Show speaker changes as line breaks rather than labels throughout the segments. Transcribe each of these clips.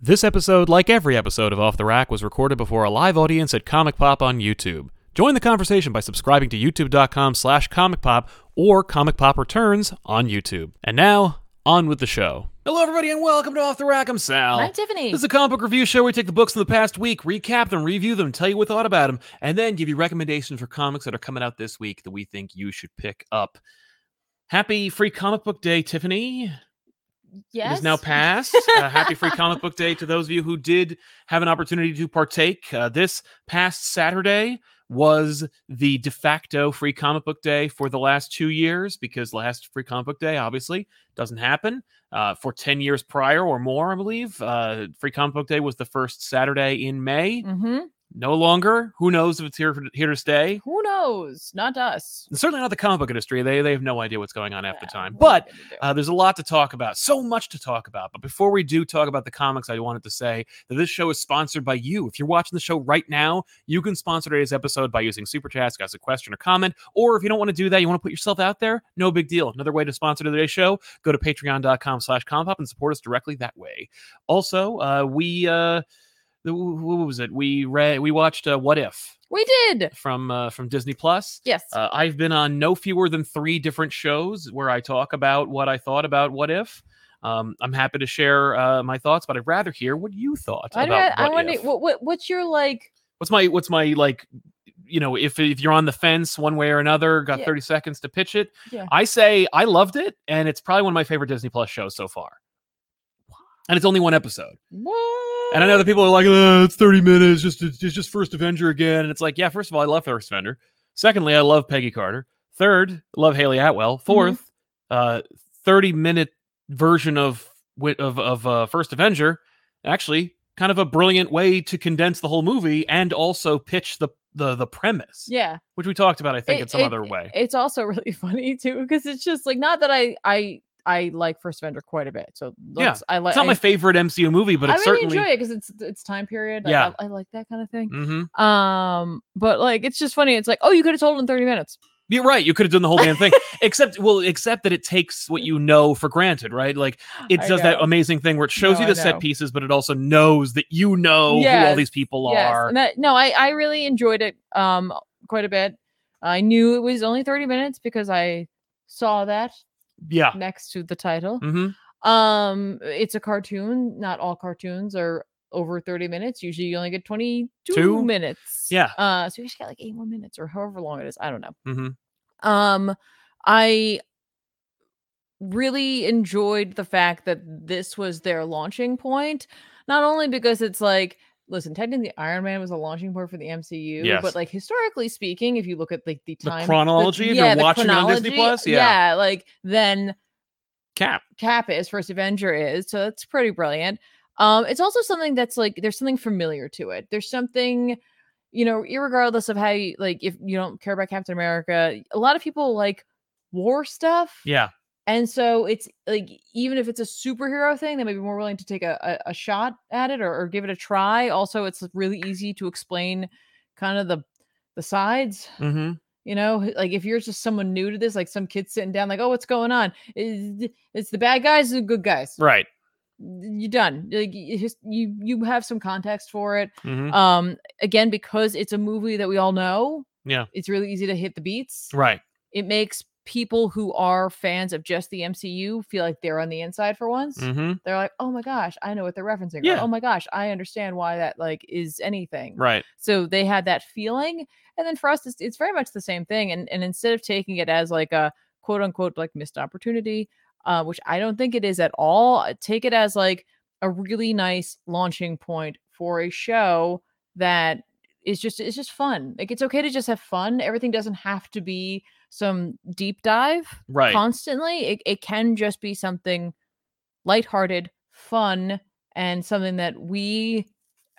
This episode, like every episode of Off the Rack, was recorded before a live audience at Comic Pop on YouTube. Join the conversation by subscribing to youtube.com slash comic pop or comic pop returns on YouTube. And now, on with the show. Hello, everybody, and welcome to Off the Rack. I'm Sal.
I'm Tiffany.
This is a comic book review show where we take the books from the past week, recap them, review them, tell you what we thought about them, and then give you recommendations for comics that are coming out this week that we think you should pick up. Happy Free Comic Book Day, Tiffany.
Yes.
It is now past. uh, happy Free Comic Book Day to those of you who did have an opportunity to partake. Uh, this past Saturday was the de facto Free Comic Book Day for the last two years because last Free Comic Book Day obviously doesn't happen. Uh, for 10 years prior or more, I believe, uh, Free Comic Book Day was the first Saturday in May.
Mm-hmm.
No longer. Who knows if it's here, for, here to stay?
Who knows? Not us.
Certainly not the comic book industry. They, they have no idea what's going on half the
Yeah,
time.
what are
But
we gonna do?
uh, there's a lot to talk about, so much to talk about. But before we do talk about the comics, I wanted to say that this show is sponsored by you. If you're watching the show right now, you can sponsor today's episode by using Super Chats, ask a question or comment. Or if you don't want to do that, you want to put yourself out there, no big deal. Another way to sponsor today's show, go to patreon.com slash compop and support us directly that way. Also, uh, we, uh, the- what was it? We read, we watched uh, What If
we did.
from uh, from Disney Plus.
Yes.
Uh, I've been on no fewer than three different shows where I talk about what I thought about What If. Um, I'm happy to share uh, my thoughts, but I'd rather hear what you thought
I,
about
don't- I
What
wonder
If.
what, what what's your like
What's my what's my like? You know, if if you're on the fence one way or another, got
Yeah.
30 seconds to pitch it.
Yeah.
I say I loved it, and it's probably one of my favorite Disney Plus shows so far. And it's only one episode.
what?
And I know that people are like, "Ugh, it's 30 minutes, just it's just First Avenger again. And it's like, yeah, first of all, I love First Avenger. Secondly, I love Peggy Carter. Third, love Haley
Mm-hmm.
Atwell. 4th uh, 30 minute version of wi- of of uh, First Avenger. Actually, kind of a brilliant way to condense the whole movie and also pitch the the the premise,
Yeah.
which we talked about, I think,
it-
in some
it-
other way.
It's also really funny too because it's just like not that I I I like First Avenger quite a bit. So
Yeah.
let's- I like
it's not
I,
my favorite MCU movie, but
I
it's
really
certainly.
enjoy it because it's it's time period. Like,
Yeah.
I, I like that kind of thing.
Mhm.
Um, but like it's just funny. It's like, oh, you could have told it in 30 minutes.
You're right. You could have done the whole damn thing, except well, except that it takes what you know for granted, right? Like it
I
does that
know.
amazing thing where it shows
No,
you the
I know.
set pieces, but it also knows that you know who all
Yes,
these people
Yes,
are.
and that- no, I, I really enjoyed it um quite a bit. I knew it was only 30 minutes because I saw that
Yeah.
next to the title.
hmm
Um it's a cartoon. Not all cartoons are over 30 minutes. Usually you only get 22
Two?
minutes.
Yeah.
Uh so you just got like 8 more minutes or however long it is. I don't know.
hmm
Um I really enjoyed the fact that this was their launching point not only because it's like listen technically iron man was a launching point for the mcu
Yes.
but like historically speaking if you look at like the
The
time
chronology, if you're watching it on Disney Plus, yeah.
yeah like then
Cap.
cap is first avenger is so that's pretty brilliant um it's also something that's like there's something familiar to it there's something you know irregardless of how you like if you don't care about captain america a lot of people like war stuff
Yeah.
and so it's like e, even if it's a superhero thing, they may be more willing to take a, a, a shot at it or, or give it a try. Also, it's really easy to explain kind of the the sides.
hmm
You know, h- like if you're just someone new to this, like some kid sitting down, like, oh, what's going on? Is th- It's the bad guys, or the good guys.
Right.
You're done. Like you just, you you have some context for it.
hmm
Um, again, because it's a movie that we all know.
Yeah.
it's really easy to hit the beats
Right.
it makes people who are fans of just the MCU feel like they're on the inside for once.
hmm
They're like, "Oh my gosh, I know what they're referencing." or,
Yeah.
"Oh my gosh, I understand why that like is anything."
Right.
So they had that feeling, and then for us, it's, it's very much the same thing. And and instead of taking it as like a quote unquote like missed opportunity, uh, which I don't think it is at all, uh, take it as like a really nice launching point for a show that is just it's just fun. Like it's okay to just have fun. Everything doesn't have to be some deep dive
Right.
constantly. It it can just be something lighthearted, fun, and something that we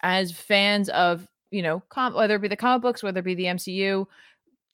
as fans of you know com- whether it be the comic books whether it be the mcu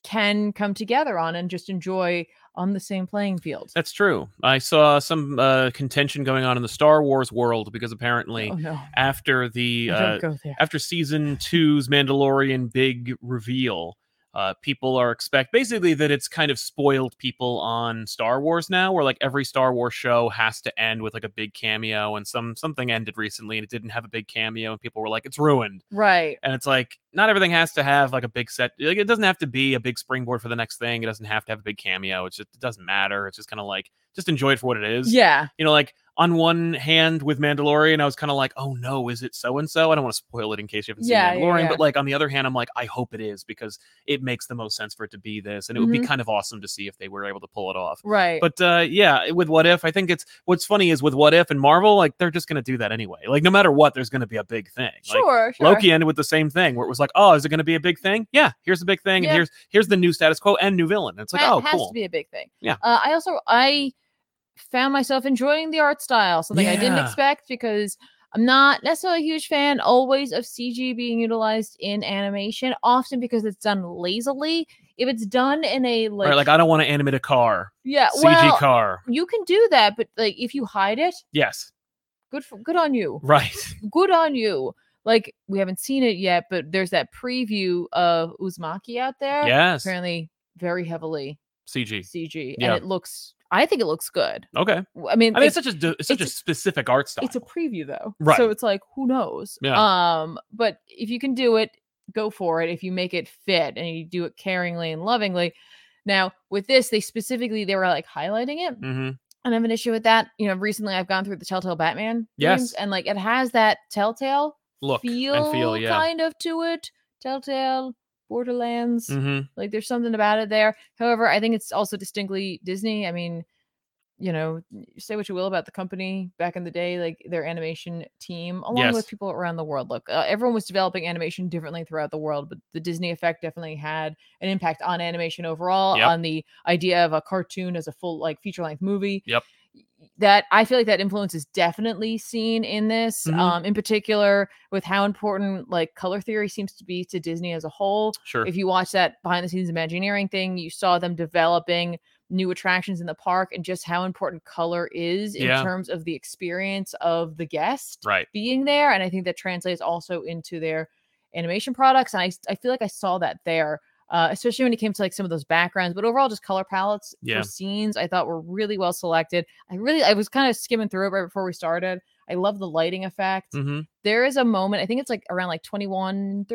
can come together on and just enjoy on the same playing field
That's true. I saw some uh, contention going on in the Star Wars world because apparently
oh no
after the
I
uh,
don't go there
after season two's Mandalorian big reveal, uh, people are expect basically that it's kind of spoiled people on Star Wars now, where like every Star Wars show has to end with like a big cameo, and some something ended recently and it didn't have a big cameo, and people were like, it's ruined.
Right.
And it's like not everything has to have like a big set. Like it doesn't have to be a big springboard for the next thing. It doesn't have to have a big cameo. It's just it doesn't matter. It's just kind of like just enjoy it for what it is.
Yeah.
You know, like on one hand with Mandalorian, I was kind of like, oh no, is it so and so? I don't want to spoil it in case you haven't
Yeah, yeah,
seen Mandalorian,
yeah.
but like on the other hand, I'm like, I hope it is because it makes the most sense for it to be this, and it would be kind of awesome to see if they were able to pull it off.
Mm-hmm. Right.
But uh, yeah, with What If, I think it's what's funny is with What If and Marvel, like they're just gonna do that anyway. Like no matter what, there's gonna be a big thing. Like,
sure. Sure.
Loki ended with the same thing where it was like, oh, is it going to be a big thing? Yeah, here's the big thing,
Yeah.
and here's here's the new status quo and new villain. And it's like,
Ha-
oh,
has
cool.
to be a big thing.
Yeah.
Uh, I also I found myself enjoying the art style, something I didn't
Yeah.
expect because I'm not necessarily a huge fan always of CG being utilized in animation, often because it's done lazily. If it's done in a like,
Right, like I don't want to animate a car,
yeah,
CG
well,
car.
you can do that, but like if you hide it,
Yes,
good for good on you.
right.
good on you. Like we haven't seen it yet, but there's that preview of Uzumaki out there.
Yes,
Apparently very heavily
CG.
CG.
Yeah.
And it looks I think it looks good.
Okay, I mean,
W- I mean,
it's
like,
such a d- it's such a
it's-
specific art style.
it's a preview though.
Right.
So it's like who knows. Um, but if you can do it, go for it. If you make it fit and you do it caringly and lovingly. Now, with this, they specifically they were like highlighting it.
hmm
And I have an issue with that. You know, recently I've gone through the Telltale Batman. games,
Yes.
And like it has that telltale
Look
feel,
and feel, yeah.
kind of to it. Telltale, Borderlands,
hmm
like there's something about it there. However, I think it's also distinctly Disney. I mean, you know, say what you will about the company back in the day, like their animation team, along
Yes.
with people around the world. Look, uh, everyone was developing animation differently throughout the world, but the Disney effect definitely had an impact on animation overall,
Yep.
on the idea of a cartoon as a full, like feature length movie.
Yep.
That I feel like that influence is definitely seen in this,
Mhm.
um, in particular with how important like color theory seems to be to Disney as a whole
Sure.
if you watch that behind the scenes Imagineering thing, you saw them developing new attractions in the park and just how important color is in
Yeah.
terms of the experience of the guest
right.
being there. And I think that translates also into their animation products. And I, s- I feel like I saw that there, uh, especially when it came to like some of those backgrounds, but overall just color palettes
Yeah.
for scenes I thought were really well selected. I really, I was kind of skimming through it right before we started. I love the lighting effect
hmm
there is a moment i think it's like around like 21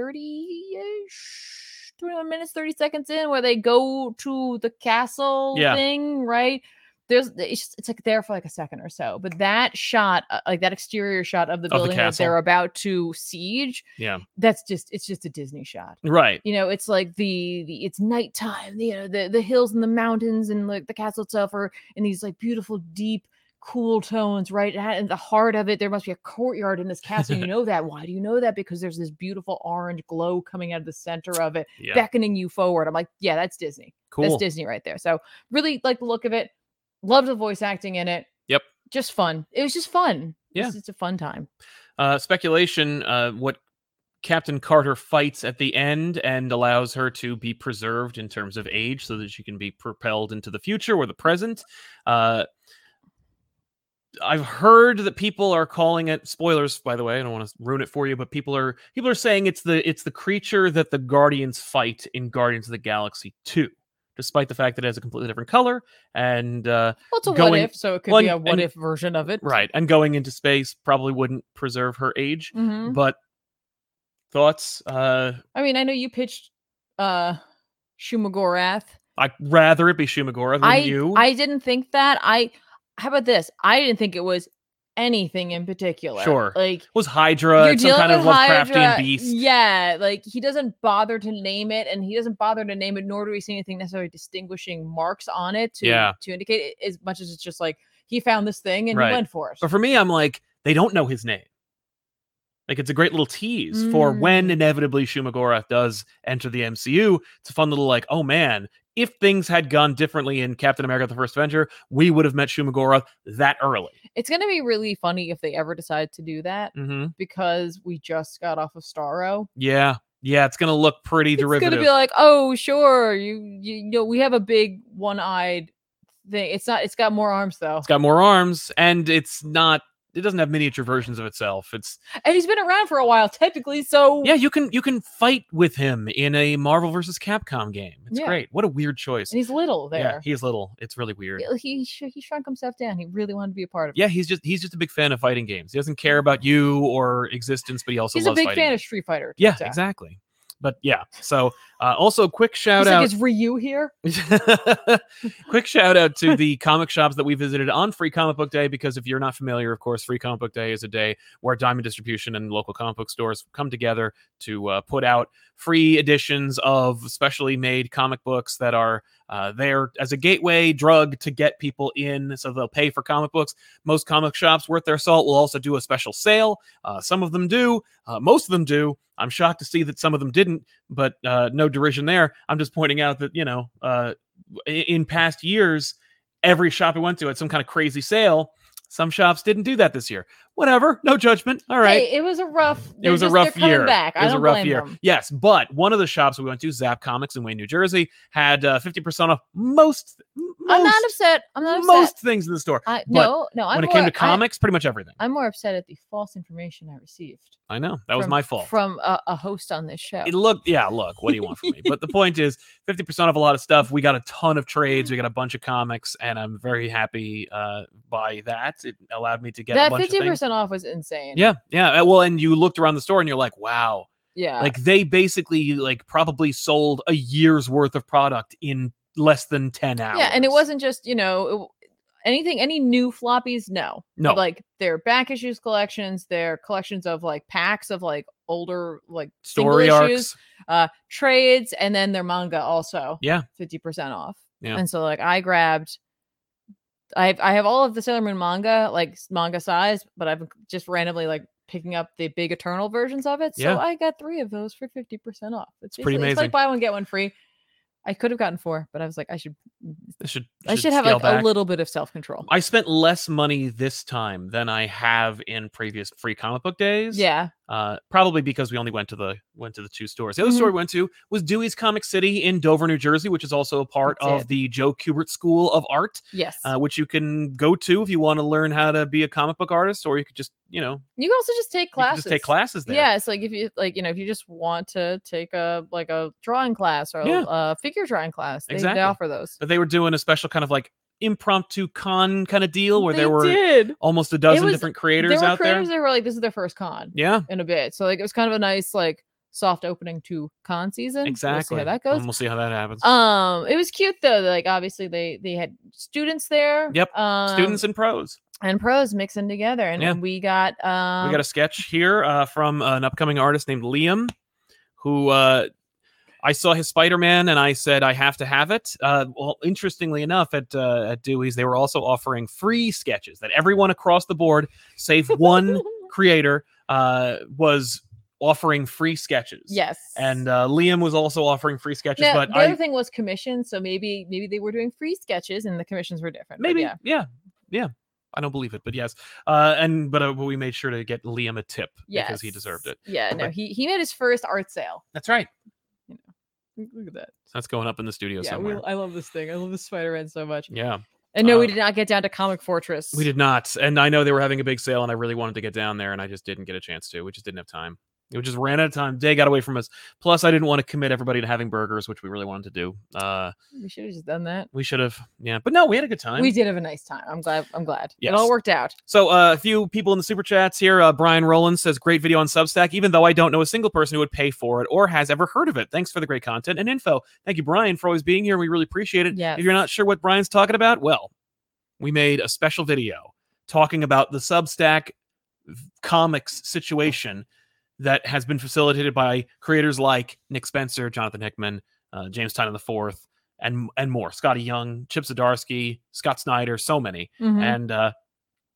30-ish 21 minutes 30 seconds in where they go to the castle
Yeah.
thing right there's it's, just, it's like there for like a second or so but that shot uh, like that exterior shot of the
the
building that
castle.
they're about to siege
Yeah.
that's just it's just a disney shot
Right.
you know it's like the, the it's nighttime you know the, the hills and the mountains and like the castle itself are in these like beautiful deep cool tones right and at the heart of it there must be a courtyard in this castle you know that why do you know that because there's this beautiful orange glow coming out of the center of it
Yeah.
beckoning you forward i'm like yeah that's disney
cool.
that's disney right there so really like the look of it love the voice acting in it
Yep.
just fun it was just fun
Yeah.
it's, it's a fun time
uh, speculation uh, what Captain Carter fights at the end and allows her to be preserved in terms of age so that she can be propelled into the future or the present. Uh, I've heard that people are calling it spoilers by the way I don't want to ruin it for you but people are people are saying it's the it's the creature that the guardians fight in Guardians of the Galaxy 2 despite the fact that it has a completely different color and uh
well it's a what
Going-
if so it could
well,
be a
and-
what
and-
if version of it
right and going into space probably wouldn't preserve her age
hmm
but thoughts uh
I mean, I know you pitched uh Shumagorath.
i'd rather it be shumagora than
I
you
I didn't think that. I how about this? I didn't think it was anything in particular.
Sure.
Like
was hydra
you're
it's some
dealing
kind of
with
lovecraftian
Hydra.
beast
Yeah, like he doesn't bother to name it, and he doesn't bother to name it, nor do we see anything necessarily distinguishing marks on it to
Yeah.
to indicate it, as much as it's just like he found this thing and
Right.
he went for it.
but for me i'm like they don't know his name like it's a great little tease for when
Mm.
inevitably shumagora does enter the mcu it's a fun little like oh man if things had gone differently in captain america the first avenger we would have met shumagora that early
it's gonna be really funny if they ever decide to do that
hmm
because we just got off of Starro.
yeah yeah it's gonna look pretty
It's
derivative
gonna be like, oh, sure, you, you, you know, we have a big one-eyed thing. It's not. It's got more arms though.
It's got more arms, and it's not it doesn't have miniature versions of itself. It's
and he's been around for a while technically. So
yeah, you can you can fight with him in a Marvel versus Capcom game. It's
Yeah.
great. What a weird choice.
and he's little
Yeah,
there.
he's little. It's really weird.
He he, sh- he shrunk himself down. He really wanted to be a part of it.
Yeah, he's just he's just a big fan of fighting games. He doesn't care about you or existence, but he also
he's a
loves
big
fighting
fan
games.
of Street Fighter. it
Yeah,
turns out.
exactly. But yeah, so uh, also quick shout
He's
out.
like, is Ryu here?
Quick shout out to the comic shops that we visited on Free Comic Book Day because if you're not familiar, of course, Free Comic Book Day is a day where Diamond Distribution and local comic book stores come together to uh, put out free editions of specially made comic books that are uh, there as a gateway drug to get people in. So they'll pay for comic books. Most comic shops worth their salt will also do a special sale. Uh, some of them do, uh, most of them do. I'm shocked to see that some of them didn't, but uh, no derision there. I'm just pointing out that, you know, uh, i- in past years, every shop we went to had some kind of crazy sale. Some shops didn't do that this year. Whatever, no judgment. All right.
Hey, it was a rough.
it
they're
was a
just- they're
rough
coming
year.
Back.
It
I
was a
don't
rough
blame
year.
them.
Yes, but one of the shops we went to, Zap Comics in Wayne, New Jersey, had uh, 50% off most most,
I'm not upset. I'm not upset.
most things in the store.
I,
but
no, no. I'm
when it
more,
came to
I-
comics, pretty much everything. I,
I'm more upset at the false information I received.
know. That was
from-
my fault.
From a, a host on this show.
it looked yeah look what do you want from me but the point is 50% of a lot of stuff we got a ton of trades we got a bunch of comics and i'm very happy uh by that it allowed me to get a
that
bunch of
fifteen
things
percent off was insane.
yeah yeah uh, well and you looked around the store and you're like wow
yeah.
like they basically like probably sold a year's worth of product in less than 10 hours
yeah, and it wasn't just you know it, w- anything any new floppies. No,
no
like their back issues collections, their collections of like packs of like older like single
story arcs
issues, uh trades, and then their manga also.
Yeah.
fifty percent off.
Yeah.
and so like I grabbed. I have, I have all of the Sailor Moon manga, like s- manga size, but I've been just randomly like picking up the big Eternal versions of it. So
Yeah.
I got three of those for fifty percent off. It's
pretty
basically- It's
amazing.
like buy one get one free. I could have gotten four, but I was like, I should,
I should,
I should have
scale
like
back.
a little bit of self control.
i spent less money this time than i have in previous free comic book days
Yeah,
uh, probably because we only went to the went to the two stores. The other
Mhm.
store we went to was Dewey's Comic City in Dover, New Jersey, which is also a part
That's
of
it.
the Joe Kubert School of Art,
yes.
uh, which you can go to if you want to learn how to be a comic book artist, or you could just you know
you can also just take
you could
classes.
just take classes there.
Yeah, it's like if you like, you know, if you just want to take a like a drawing class or
Yeah.
a uh, figure drawing class, they,
Exactly.
they offer those.
But they were doing a special kind of like impromptu con kind of deal where
They
there were
did.
almost a dozen
was-
different creators
there were
out
creators
there.
that were like, this is their first con
Yeah,
in a bit. So like it was kind of a nice like soft opening to con season.
exactly.
We'll see how that goes.
And we'll see how that happens.
Um, it was cute though. Like obviously they they had students there.
Yep,
Um,
Students and pros.
and pros mixing together, and,
Yeah.
and we got um
we got a sketch here uh, from an upcoming artist named Liam, who uh, I saw his Spider Man and I said I have to have it. Uh, well, interestingly enough, at uh, at Dewey's they were also offering free sketches that everyone across the board, save one creator, uh, was offering free sketches.
yes
And uh, Liam was also offering free sketches,
Now,
but
the
I
other thing was commissions, so maybe maybe they were doing free sketches and the commissions were different. but
maybe
yeah.
yeah. yeah i don't believe it but yes uh and but, uh, but we made sure to get liam a tip because he deserved
Yes.
it
Yeah, no,
But-
he he made his first art sale.
that's right
Look at that.
so that's going up in the studio
Yeah, we,
somewhere
I love this thing. I love this Spider Man so much.
yeah
And no,
Uh,
we did not get down to Comic Fortress.
We did not. And I know they were having a big sale, and I really wanted to get down there, and I just didn't get a chance to. We just didn't have time. We just ran out of time. Day got away from us. Plus, I didn't want to commit everybody to having burgers, which we really wanted to do. Uh,
We should have just done that.
we should have, yeah. But no, we had a good time.
We did have a nice time. I'm glad. I'm glad. It
Yes.
all worked out.
So, uh, a few people in the super chats here. Uh, Brian Rollins says, "Great video on Substack." Even though I don't know a single person who would pay for it or has ever heard of it. Thanks for the great content and info. Thank you, Brian, for always being here. We really appreciate it. If you're
Yes.
not sure what Brian's talking about, well, we made a special video talking about the Substack v- comics situation that has been facilitated by creators like Nick Spencer, Jonathan Hickman, uh, James Tynan IV, and and more. Scotty Young, Chip Zdarsky, Scott Snyder, so many
Mhm.
and uh,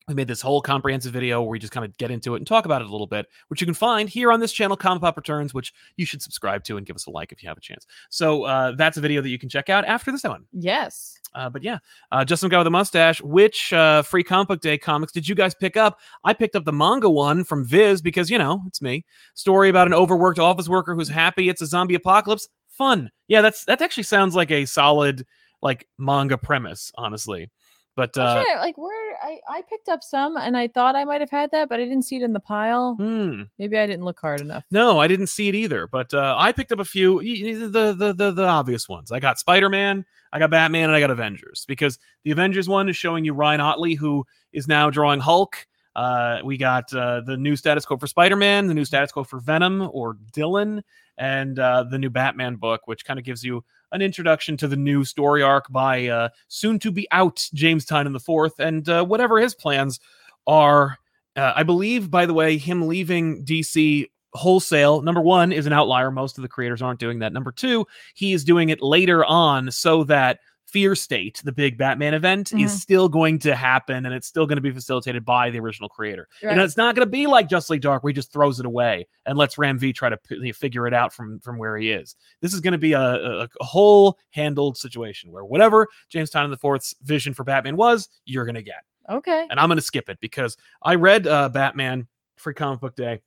we made this whole comprehensive video where we just kind of get into it and talk about it a little bit, which you can find here on this channel, Comic Pop Returns, which you should subscribe to and give us a like if you have a chance. So uh, that's a video that you can check out after this one.
yes.
Uh, but yeah, uh, just some guy with a mustache. Which uh, free comic book day comics did you guys pick up? I picked up the manga one from Viz because you know it's me. Story about an overworked office worker who's happy it's a zombie apocalypse. Fun. Yeah, that's that actually sounds like a solid like manga premise, honestly. But
I'm
uh,
trying to- like where I, I picked up some and I thought I might have had that, but I didn't see it in the pile.
hmm.
Maybe I didn't look hard enough.
No, I didn't see it either. But uh, I picked up a few y- y- the the the, the obvious ones. I got Spider Man, I got Batman, and I got Avengers because the Avengers one is showing you Ryan Otley, who is now drawing Hulk. Uh, we got uh, the new status quo for Spider Man, the new status quo for Venom or Dylan, and uh, the new Batman book, which kind of gives you an introduction to the new story arc by uh, soon to be out James Tynan the fourth, and uh, whatever his plans are. Uh, I believe, by the way, him leaving DC wholesale number one is an outlier most of the creators aren't doing that number two he is doing it later on so that fear state the big batman event
Mhm.
is still going to happen and it's still going to be facilitated by the original creator
Right.
and it's not going to be like Justly Dark, where he just throws it away and lets Ram V try to p- figure it out from from where he is. This is going to be a, a, a whole handled situation where whatever James Tynan the Fourth's vision for Batman was, you're going to get.
okay.
And I'm going to skip it because I read uh, Batman Free Comic Book Day.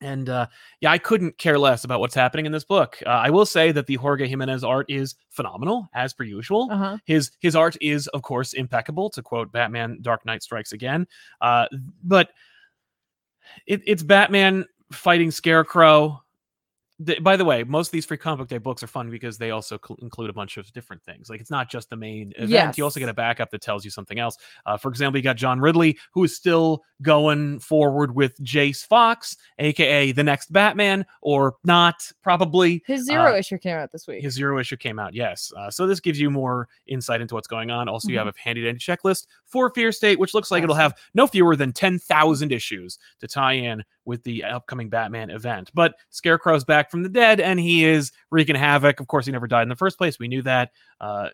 And uh, yeah, I couldn't care less about what's happening in this book. Uh, I will say that the Jorge Jimenez art is phenomenal, as per usual.
Uh-huh.
His his art is, of course, impeccable. To quote Batman: "Dark Knight Strikes Again," uh, but it, it's Batman fighting Scarecrow. The- by the way, most of these free comic book day books are fun because they also cl- include a bunch of different things. Like it's not just the main event; you also
Yes.
get a backup that tells you something else. Uh, for example, you got John Ridley, who is still going forward with Jace Fox, aka the next Batman, or not probably.
His zero issue came out this week.
His zero issue came out, yes. Uh, so this gives you more insight into what's going on. Also, you have a handy dandy checklist for Fear State, which looks like it'll have no fewer than 10,000 issues to tie in with the upcoming Batman event. But Scarecrow's back from the dead and he is wreaking havoc. Of course, he never died in the first place. We knew that. Uh,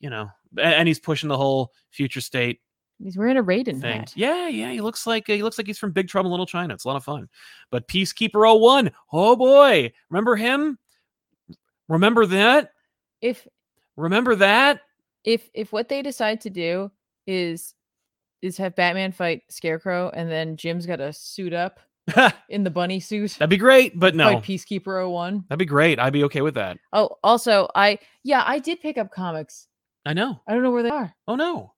you know, a- and he's pushing the whole future state
He's wearing a Raiden
thing.
hat.
Yeah, yeah, he looks like he looks like he's from Big Trouble in Little China. It's a lot of fun. But Peacekeeper 01, oh boy, remember him? Remember that?
If
Remember that?
if if what they decide to do is is have Batman fight Scarecrow and then Jim's got to suit up
That'd
in the bunny suit.
be great, but no.
Fight Peacekeeper 01.
That'd be great. I'd be okay with that.
Oh, also, I yeah, I did pick up comics.
I know.
I don't know where they are
Oh no.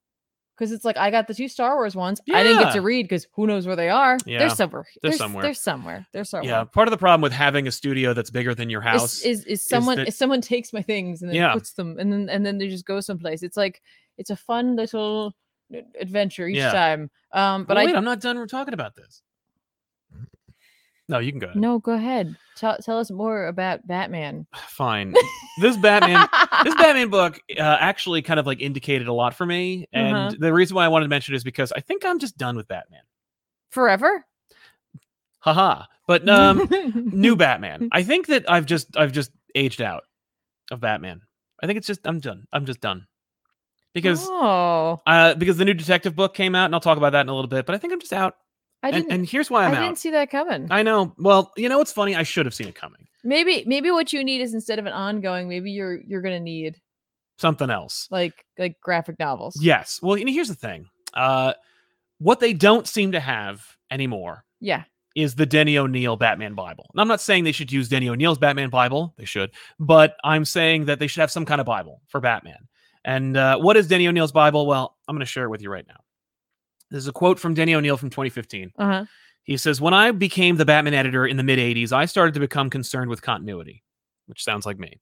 because it's like I got the two Star Wars ones. I didn't get to
Yeah.
read because who knows where they are.
Yeah,
They're somewhere.
they're
s-
somewhere.
They're somewhere. They're somewhere.
Yeah, part of the problem with having a studio that's bigger than your
Is-
house.
Is, is someone
that-
if someone takes my things and then
Yeah.
puts them and then and then they just go someplace. It's like it's a fun little a- adventure each
Yeah.
time. Um, but
Well, wait,
I
am not done talking about this. No, you can go. ahead.
no go ahead. Tell tell us more about Batman.
Fine. This Batman this Batman book uh, actually kind of like indicated a lot for me, and
Uh-huh.
the reason why I wanted to mention it is because I think I'm just done with Batman.
forever.
Haha. But um, new Batman. I think that I've just I've just aged out of Batman. I think it's just I'm done. I'm just done because
oh,
uh because the new detective book came out, and I'll talk about that in a little bit. But I think I'm just out.
I
and,
didn't.
and here's why
I
I'm
didn't
out.
see that coming.
I know. Well, you know what's funny? I should have seen it coming.
maybe maybe what you need is instead of an ongoing, maybe you're you're gonna need
Something else.
like like graphic novels.
Yes. Well, and here's the thing. Uh, what they don't seem to have anymore
Yeah.
is the Denny O'Neill Batman Bible. And I'm not saying they should use Denny O'Neill's Batman Bible. They should, but I'm saying that they should have some kind of Bible for Batman. And uh, what is Denny O'Neill's Bible? Well, I'm going to share it with you right now. This is a quote from Denny O'Neill from 2015.
Uh huh.
He says, When I became the Batman editor in the mid 80s, I started to become concerned with continuity, which sounds like me.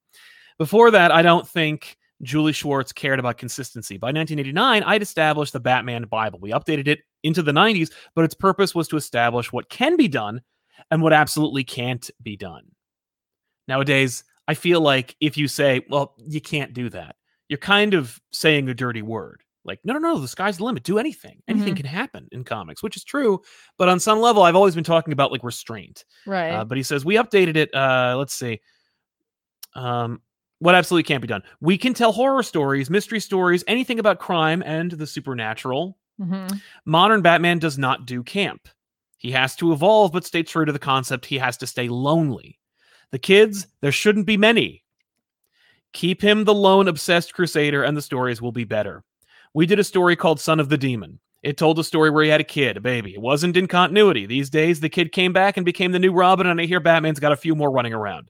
Before that, I don't think Julie Schwartz cared about consistency. By 1989, I'd established the Batman Bible. We updated it into the 90s, but its purpose was to establish what can be done and what absolutely can't be done. Nowadays, I feel like if you say, well, you can't do that, you're kind of saying a dirty word. Like, no, no, no, the sky's the limit. Do anything. Anything
Mhm.
can happen in comics, which is true. But on some level, I've always been talking about like restraint.
Right.
Uh, but he says we updated it. Uh, let's see. Um, what absolutely can't be done. We can tell horror stories, mystery stories, anything about crime and the supernatural.
Mhm.
Modern Batman does not do camp. He has to evolve, but stay true to the concept. He has to stay lonely. The kids, there shouldn't be many. Keep him the lone obsessed crusader, and the stories will be better. We did a story called Son of the Demon. It told a story where he had a kid, a baby. It wasn't in continuity. These days, the kid came back and became the new Robin, and I hear Batman's got a few more running around.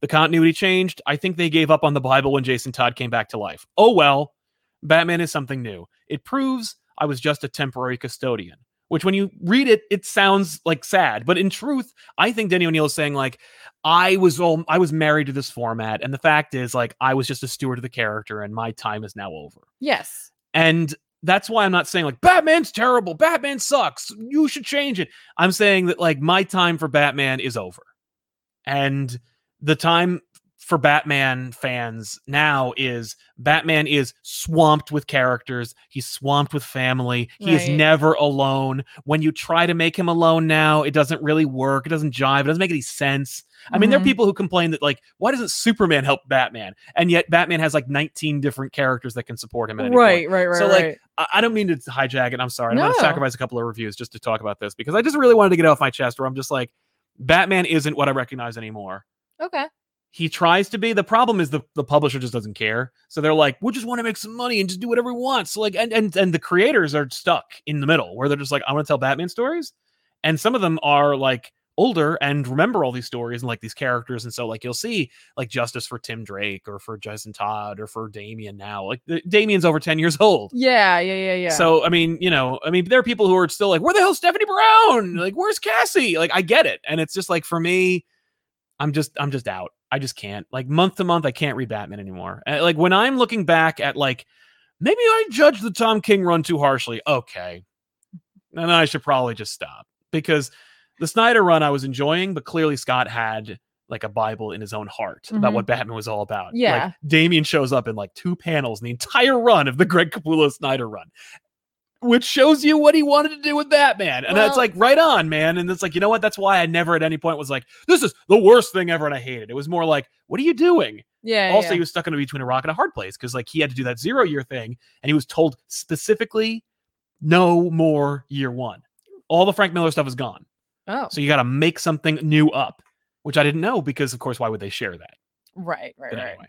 The continuity changed. I think they gave up on the Bible when Jason Todd came back to life. Oh well. Batman is something new. It proves I was just a temporary custodian. Which, when you read it, it sounds like sad, but in truth, I think Denny O'Neill is saying like, I was all I was married to this format, and the fact is like I was just a steward of the character, and my time is now over.
Yes.
And that's why I'm not saying like Batman's terrible, Batman sucks, you should change it. I'm saying that like my time for Batman is over. And the time for Batman fans now is Batman is swamped with characters, he's swamped with family, he is
Right.
never alone. When you try to make him alone now, it doesn't really work, it doesn't jive, it doesn't make any sense. I mean, there are
Mhm.
people who complain that like, why doesn't Superman help Batman? And yet Batman has like 19 different characters that can support him at any point.
Right, right, right,
So, like,
right.
I I don't mean to hijack it. I'm sorry. I'm going to
No.
sacrifice a couple of reviews just to talk about this because I just really wanted to get it off my chest where I'm just like, Batman isn't what I recognize anymore.
okay.
He tries to be. The problem is the, the publisher just doesn't care. So they're like, we just want to make some money and just do whatever we want. So like, and and and the creators are stuck in the middle where they're just like, I want to tell Batman stories, and some of them are like older and remember all these stories and like these characters, and so like you'll see like justice for Tim Drake or for Jason Todd or for Damien now. Like the- Damien's over ten years old.
Yeah, yeah, yeah, yeah.
So I mean, you know, I mean, there are people who are still like, "Where the hell's Stephanie Brown? Like, where's Cassie?" Like, I get it, and it's just like for me, I'm just, I'm just out. I just can't. Like month to month, I can't read Batman anymore. And, like when I'm looking back at like, maybe I judged the Tom King run too harshly. Okay, and I should probably just stop because the Snyder run I was enjoying, but clearly Scott had like a Bible in his own heart about
Mhm.
what Batman was all about.
Yeah.
like, Damien shows up in like two panels in the entire run of the Greg Capullo Snyder run which shows you what he wanted to do with Batman. And that's
Well-
like right on, man. And it's like, you know what? That's why I never at any point was like, this is the worst thing ever. And I hate it. It was more like, what are you doing?
yeah.
also,
yeah.
he was stuck in between a rock and a hard place because like he had to do that zero year thing. And he was told specifically, no more year one. All the Frank Miller stuff is gone.
oh,
So you got to make something new up, which I didn't know because, of course, why would they share that?
right, right,
But
right.
anyway.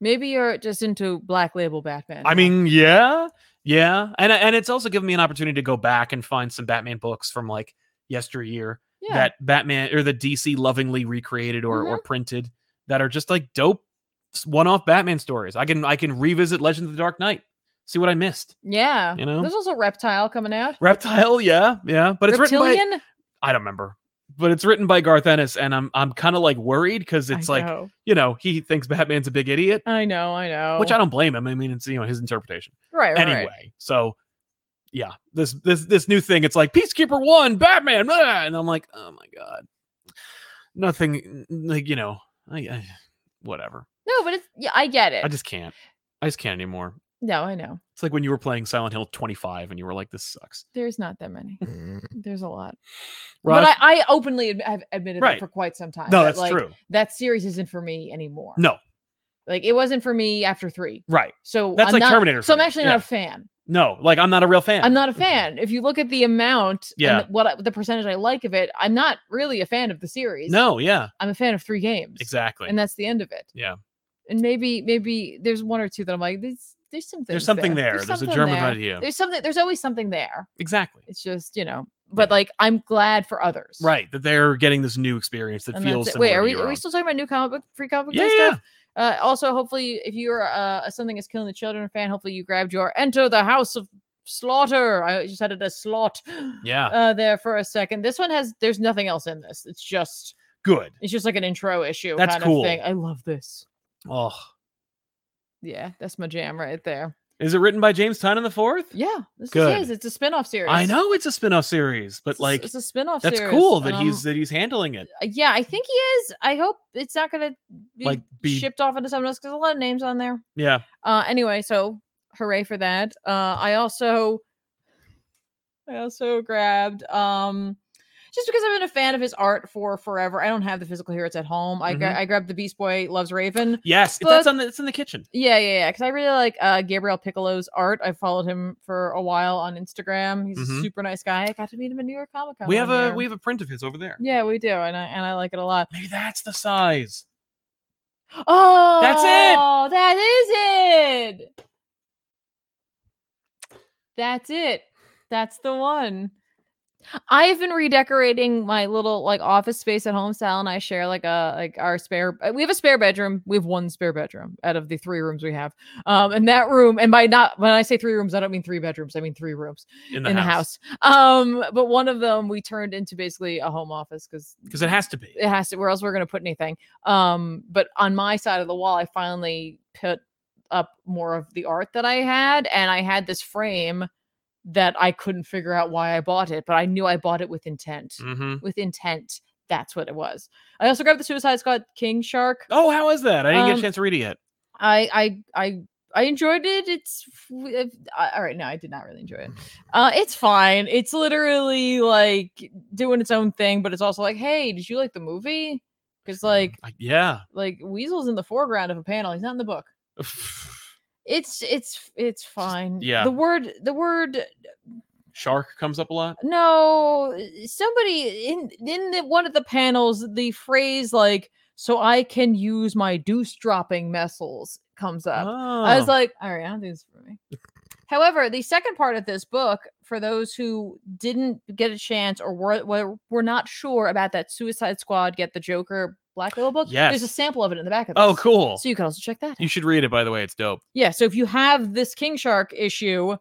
Maybe you're just into Black Label Batman.
I mean, yeah, yeah, and and it's also given me an opportunity to go back and find some Batman books from like yesteryear
yeah. Mm-hmm.
that Batman or the DC lovingly recreated or or printed that are just like dope one-off Batman stories. I can I can revisit Legends of the Dark Knight, see what I missed.
yeah.
you know?
There's also Reptile coming out.
Reptile, yeah, yeah, but it's written
Reptilian?
by I don't remember. But it's written by Garth Ennis, and I'm I'm kind of like worried because it's
I
like
know.
you know he thinks Batman's a big idiot,
I know, I know.
which I don't blame him. I mean, it's you know his interpretation.
Right, right.
anyway
right.
so yeah this this this new thing it's like peacekeeper one batman blah, and i'm like oh my god nothing n- like you know I, I whatever
No, but it's yeah, I get it.
i just can't i just can't anymore
no, I know.
it's like when you were playing silent hill 25 and you were like this sucks
There's not that many. There's a lot.
Ross-
But I, I openly admi- have admitted
Right.
that for quite some time.
no
that,
that's
like,
true
That series isn't for me anymore.
no
Like it wasn't for me after three.
right
So
That's
I'm
like
not-
Terminator
So I'm
for me,
actually
yeah.
not a fan.
no like i'm not a real fan
I'm not a fan. If you look at the amount
Yeah.
and what I, the percentage I like of it, I'm not really a fan of the series.
no yeah
I'm a fan of three games.
exactly
And that's the end of it.
Yeah.
And maybe maybe there's one or two that I'm like there's there's something
there's something there there's, a germ of idea
There's something there's always something there.
exactly
It's just, you know, but like I'm glad for others.
right that they're getting this new experience that
And that's
feels
it.
similar
Wait,
to
are we
your
are we
own.
still talking about new comic book free comic book
yeah,
day
yeah,
stuff? Uh, also, hopefully, if you're uh, a something is killing the children fan, hopefully you grabbed your Enter the House of Slaughter. I just had it as slot
yeah
uh, there for a second. This one has there's nothing else in this. It's just
good
it's just like an intro issue
That's
kind
cool.
of thing. I love this.
oh
Yeah, that's my jam right there.
Is it written by James Tynan the Fourth?
Yeah, this
Good.
is his. It's a spin-off series.
I know it's a spin-off series, but
It's a-
like
it's a spin-off
that's
series,
cool that
and
he's that he's handling it.
I'm- yeah, I think he is. I hope it's not gonna be
Like, be-
shipped off into someone else because a lot of names on there.
Yeah.
Uh, anyway, so hooray for that. Uh, I also, I also grabbed um, just because I've been a fan of his art for forever. I don't have the physical here; it's at home. I gra-
Mhm.
I grabbed the Beast Boy Loves Raven.
Yes,
Book-
that's on the it's in the kitchen.
Yeah, yeah, yeah. Because I really like uh, Gabriel Piccolo's art. I followed him for a while on Instagram. He's
Mhm.
a super nice guy. I got to meet him at New York Comic Con.
we have a
one year.
we have a print of his over there.
yeah, we do, and I and I like it a lot.
Maybe that's the size.
Oh,
it!
Oh, that is it. That's it. That's the one. I've been redecorating my little like office space at home. Sal and I share like a like our spare. We have a spare bedroom. We have one spare bedroom out of the three rooms we have. Um, and that room, and by not when I say three rooms, I don't mean three bedrooms. I mean three rooms
in
in
the
the
house
house. Um, but one of them we turned into basically a home office because
because it has to be.
it has to where else we're going to put anything um but on my side of the wall i finally put up more of the art that i had and i had this frame that i couldn't figure out why i bought it but i knew i bought it with intent
hmm
with intent that's what it was i also grabbed the suicide squad king shark
Oh, how is that? I didn't get
Um,
a chance to read it yet.
i i i I enjoyed it. It's f- if- I- all right. No, I did not really enjoy it. Uh, it's fine. It's literally like doing its own thing, but it's also like, hey, did you like the movie? Because like
I- yeah.
like Weasel's in the foreground of a panel. He's not in the book. It's it's it's fine.
yeah.
The word the word
Shark comes up a lot.
no eh, somebody in in the, one of the panels the phrase like so I can use my deuce dropping vessels comes up.
Oh.
I was like, all right, I don't think this is for me. However, the second part of this book, for those who didn't get a chance or were were, were not sure about that Suicide Squad, get the Joker Black Label book, there's a
Yes.
sample of it in the back of this.
oh, cool.
So you can also check that.
You should read it, by the way. It's dope.
Yeah, so if you have this king shark issue,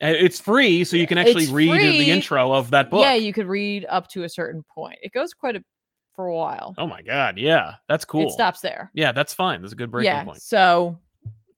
And Uh, It's free, so you can actually
It's
read
free.
the intro of that book.
yeah, you could read up to a certain point. It goes quite a for a while.
Oh my god, yeah, that's Oh, cool.
It stops there.
Yeah, that's fine. That's a good breaking
yeah,
point.
so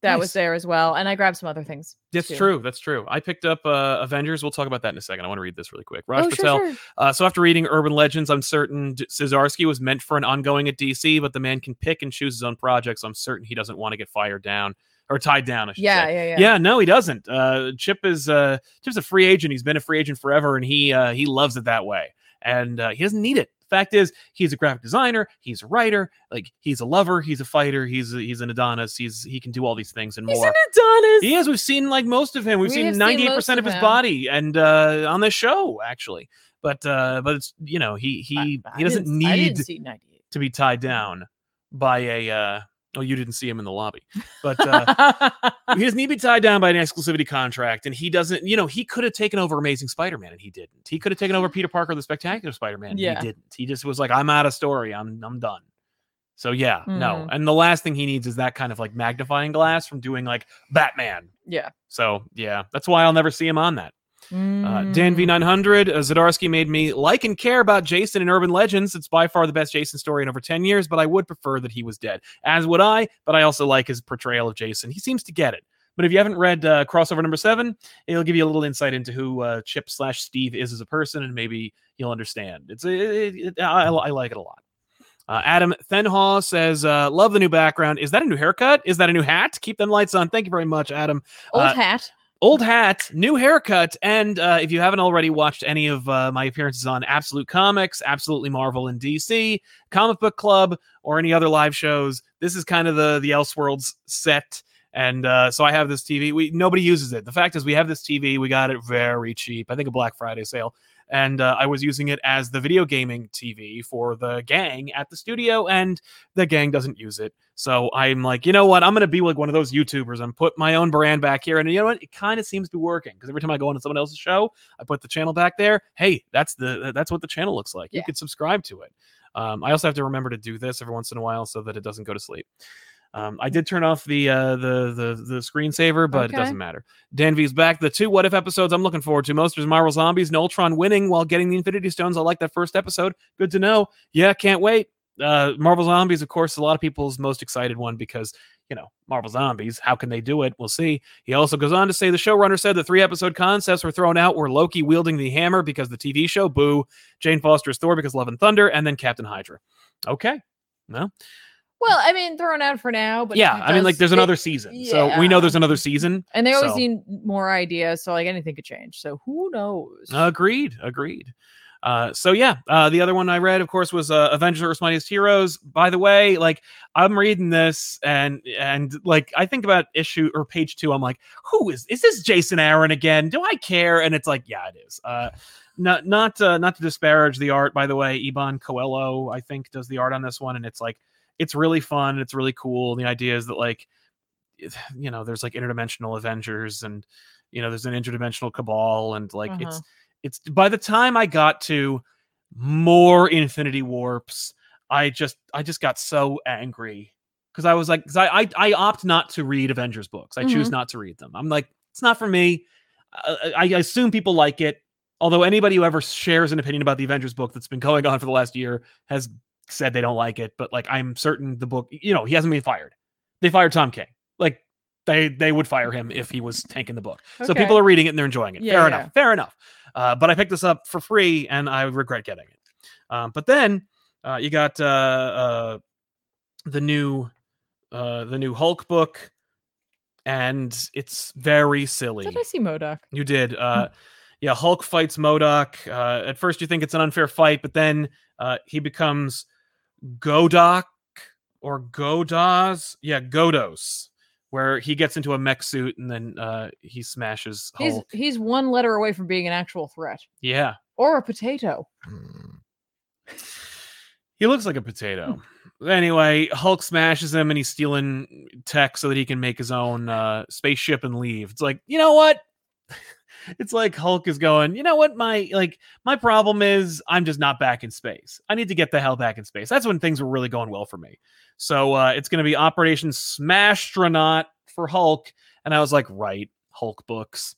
that was
Nice.
there as well, and I grabbed some other things.
That's
too.
true. That's true. I picked up uh, Avengers. We'll talk about that in a second. I want to read this really quick. Raj
oh, sure,
Patel.
sure.
Uh, so after reading Urban Legends, I'm certain D- Cesarsky was meant for an ongoing at DC, but the man can pick and choose his own projects. I'm certain he doesn't want to get fired down or tied down. I should say.
Yeah, yeah, yeah,
Yeah, no, he doesn't. Uh, Chip is uh, Chip's a free agent. He's been a free agent forever, and he uh, he loves it that way. And uh, he doesn't need it. Fact is, he's a graphic designer. He's a writer. Like he's a lover. He's a fighter. He's a, he's an Adonis. He's he can do all these things and
He's
more.
an Adonis.
He is. We've seen like most of him. We've
We have
seen
seen
ninety eight
most
percent of
of
his
him.
body, and uh, on this show actually. But uh, but it's you know he he
I- I
he doesn't
didn't- I
need
didn't see 98.
to be tied down by a. Uh, oh, you didn't see him in the lobby, but. Uh, he doesn't need to be tied down by an exclusivity contract, and he doesn't. You know, he could have taken over Amazing Spider-Man, and he didn't. He could have taken over Peter Parker, the Spectacular Spider-Man, and
Yeah.
he didn't. He just was like, "I'm out of story. I'm I'm done." So yeah, no.
Mhm.
And the last thing he needs is that kind of like magnifying glass from doing like Batman.
yeah.
So yeah, that's why I'll never see him on that. Uh, Dan
Mm.
V900, uh, Zadarsky made me like and care about Jason in Urban Legends. It's by far the best Jason story in over 10 years, but I would prefer that he was dead, as would I, but I also like his portrayal of Jason. He seems to get it. But if you haven't read uh, crossover number seven, it'll give you a little insight into who uh, Chip slash Steve is as a person, and maybe you'll understand. It's it, it- I, I like it a lot. Uh, Adam Thenhall says, uh, "Love the new background. Is that a new haircut? Is that a new hat? Keep them lights on. Thank you very much, Adam
Old
uh,
hat.
old hat, new haircut, and uh, if you haven't already watched any of uh, my appearances on Absolute Comics, Absolutely Marvel and DC, Comic Book Club, or any other live shows, this is kind of the the Elseworlds set. And uh, so I have this TV. We nobody uses it. The fact is, we have this TV. We got it very cheap. I think a Black Friday sale. And uh, I was using it as the video gaming TV for the gang at the studio, and the gang doesn't use it. So I'm like, you know what? I'm gonna be like one of those YouTubers and put my own brand back here. And you know what? It kind of seems to be working because every time I go on to someone else's show, I put the channel back there. Hey, that's the that's what the channel looks like. You
Yeah.
can subscribe to it. Um, I also have to remember to do this every once in a while so that it doesn't go to sleep. Um, I did turn off the uh, the the the screensaver, but
Okay.
it doesn't matter. Dan V's back. The two what if episodes I'm looking forward to most is Marvel Zombies and Ultron winning while getting the Infinity Stones. I like that first episode. Good to know. Yeah, can't wait uh Marvel Zombies, of course, a lot of people's most excited one because you know Marvel Zombies. How can they do it? We'll see. He also goes on to say the showrunner said the three episode concepts were thrown out were Loki wielding the hammer because the TV show, Boo, Jane Foster is Thor because Love and Thunder, and then Captain Hydra. Okay,
Well, I mean, thrown out for now, but
yeah,
it
I mean like
does-
there's
it-
another season, so we
yeah.
know there's another season.
and they always
so-
need more ideas, so like anything could change. So who knows?
Agreed. Agreed. Uh, so yeah, uh, the other one I read, of course, was uh, Avengers: Earth's Mightiest Heroes. By the way, like I'm reading this, and and like I think about issue or page two, I'm like, who is is this Jason Aaron again? Do I care? And it's like, yeah, it is. Uh, not not uh, not to disparage the art, by the way. Iban Coelho, I think, does the art on this one, and it's like it's really fun. It's really cool. The idea is that like it- you know, there's like interdimensional Avengers, and you know, there's an interdimensional cabal, and like it's It's by the time I got to more Infinity Warps, I just I just got so angry because I was like, because I, I I opt not to read Avengers books. I choose not to read them. I'm like, it's not for me. Uh, I, I I assume people like it. Although anybody who ever shares an opinion about the Avengers book that's been going on for the last year has said they don't like it, but like I'm certain the book, you know, he hasn't been fired. They fired Tom King. Like they they would fire him if he was tanking the book. So people are reading it and they're enjoying it.
Yeah,
fair
yeah.
enough. Fair enough. Uh, but I picked this up for free and I regret getting it. Um, but then uh, you got uh, uh, the new uh, the new Hulk book, and it's very silly.
Did I Oh. see Modoc?
You did. Uh, yeah, Hulk fights Modoc. Uh, at first, you think it's an unfair fight, but then uh, he becomes Godok or Godos. Yeah, Godos, where he gets into a mech suit and then uh, he smashes
He's
Hulk.
he's one letter away from being an actual threat
Yeah.
or a potato.
He looks like a potato. Anyway, Hulk smashes him and he's stealing tech so that he can make his own uh, spaceship and leave. It's like, you know what? it's like Hulk is going, you know what? My like my problem is I'm just not back in space. I need to get the hell back in space. That's when things were really going well for me. So uh, it's gonna be Operation Smashtronaut for Hulk. And I was like, right, Hulk books.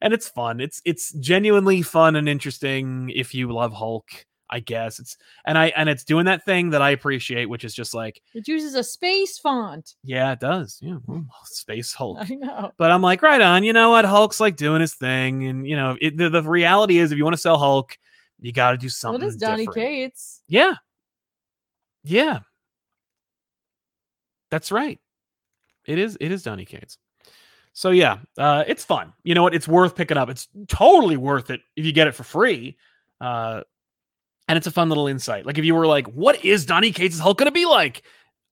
And it's fun. It's it's genuinely fun and interesting if you love Hulk. I guess it's and I and it's doing that thing that I appreciate, which is just like,
It uses a space font.
yeah, it does. Yeah, well, space Hulk.
I know.
But I'm like, right on. You know what? Hulk's like doing his thing, and you know, it, the, the reality is, if you want to sell Hulk, you got to do something.
What is Donny
different.
Cates?
Yeah, yeah, that's right. It is. It is Donny Cates. So yeah, uh, it's fun. You know what? It's worth picking up. It's totally worth it if you get it for free. Uh, and it's a fun little insight. Like if you were like, what is Donny Cates' Hulk going to be like?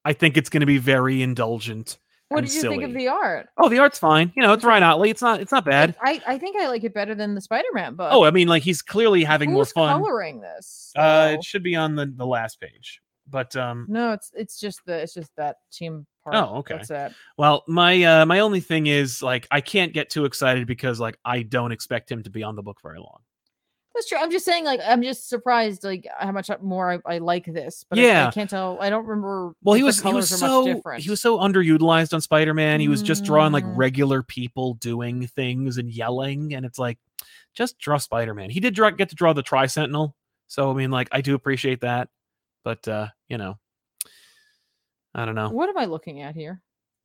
I think it's going to be very indulgent.
What
and
did you think of
silly.
the art?
Oh, the art's fine. You know, it's Ryan Otley. It's not. It's not bad.
I, I think I like it better than the Spider-Man book.
Oh, I mean, like he's clearly having more
uh, Who's
fun.
coloring this?
Uh,
though?
it should be on the the last page. But um,
no, it's it's just the it's just that team part.
Oh, okay.
That's it.
well, my uh, my only thing is like I can't get too excited because like I don't expect him to be on the book very long.
That's true. I'm just saying, like, I'm just surprised, like, how much more I, I like this. But I- I,
Yeah.
can't tell. I don't remember.
Well, he
if the
was he was
colors are much
so
different.
he was so underutilized on Spider Man. He was just drawing like
Mm.
regular people doing things and yelling, and it's like just draw Spider Man. He did draw, get to draw the Tri Sentinel, so I mean, like I do appreciate that, but uh, you know, I don't know.
What am I looking at here?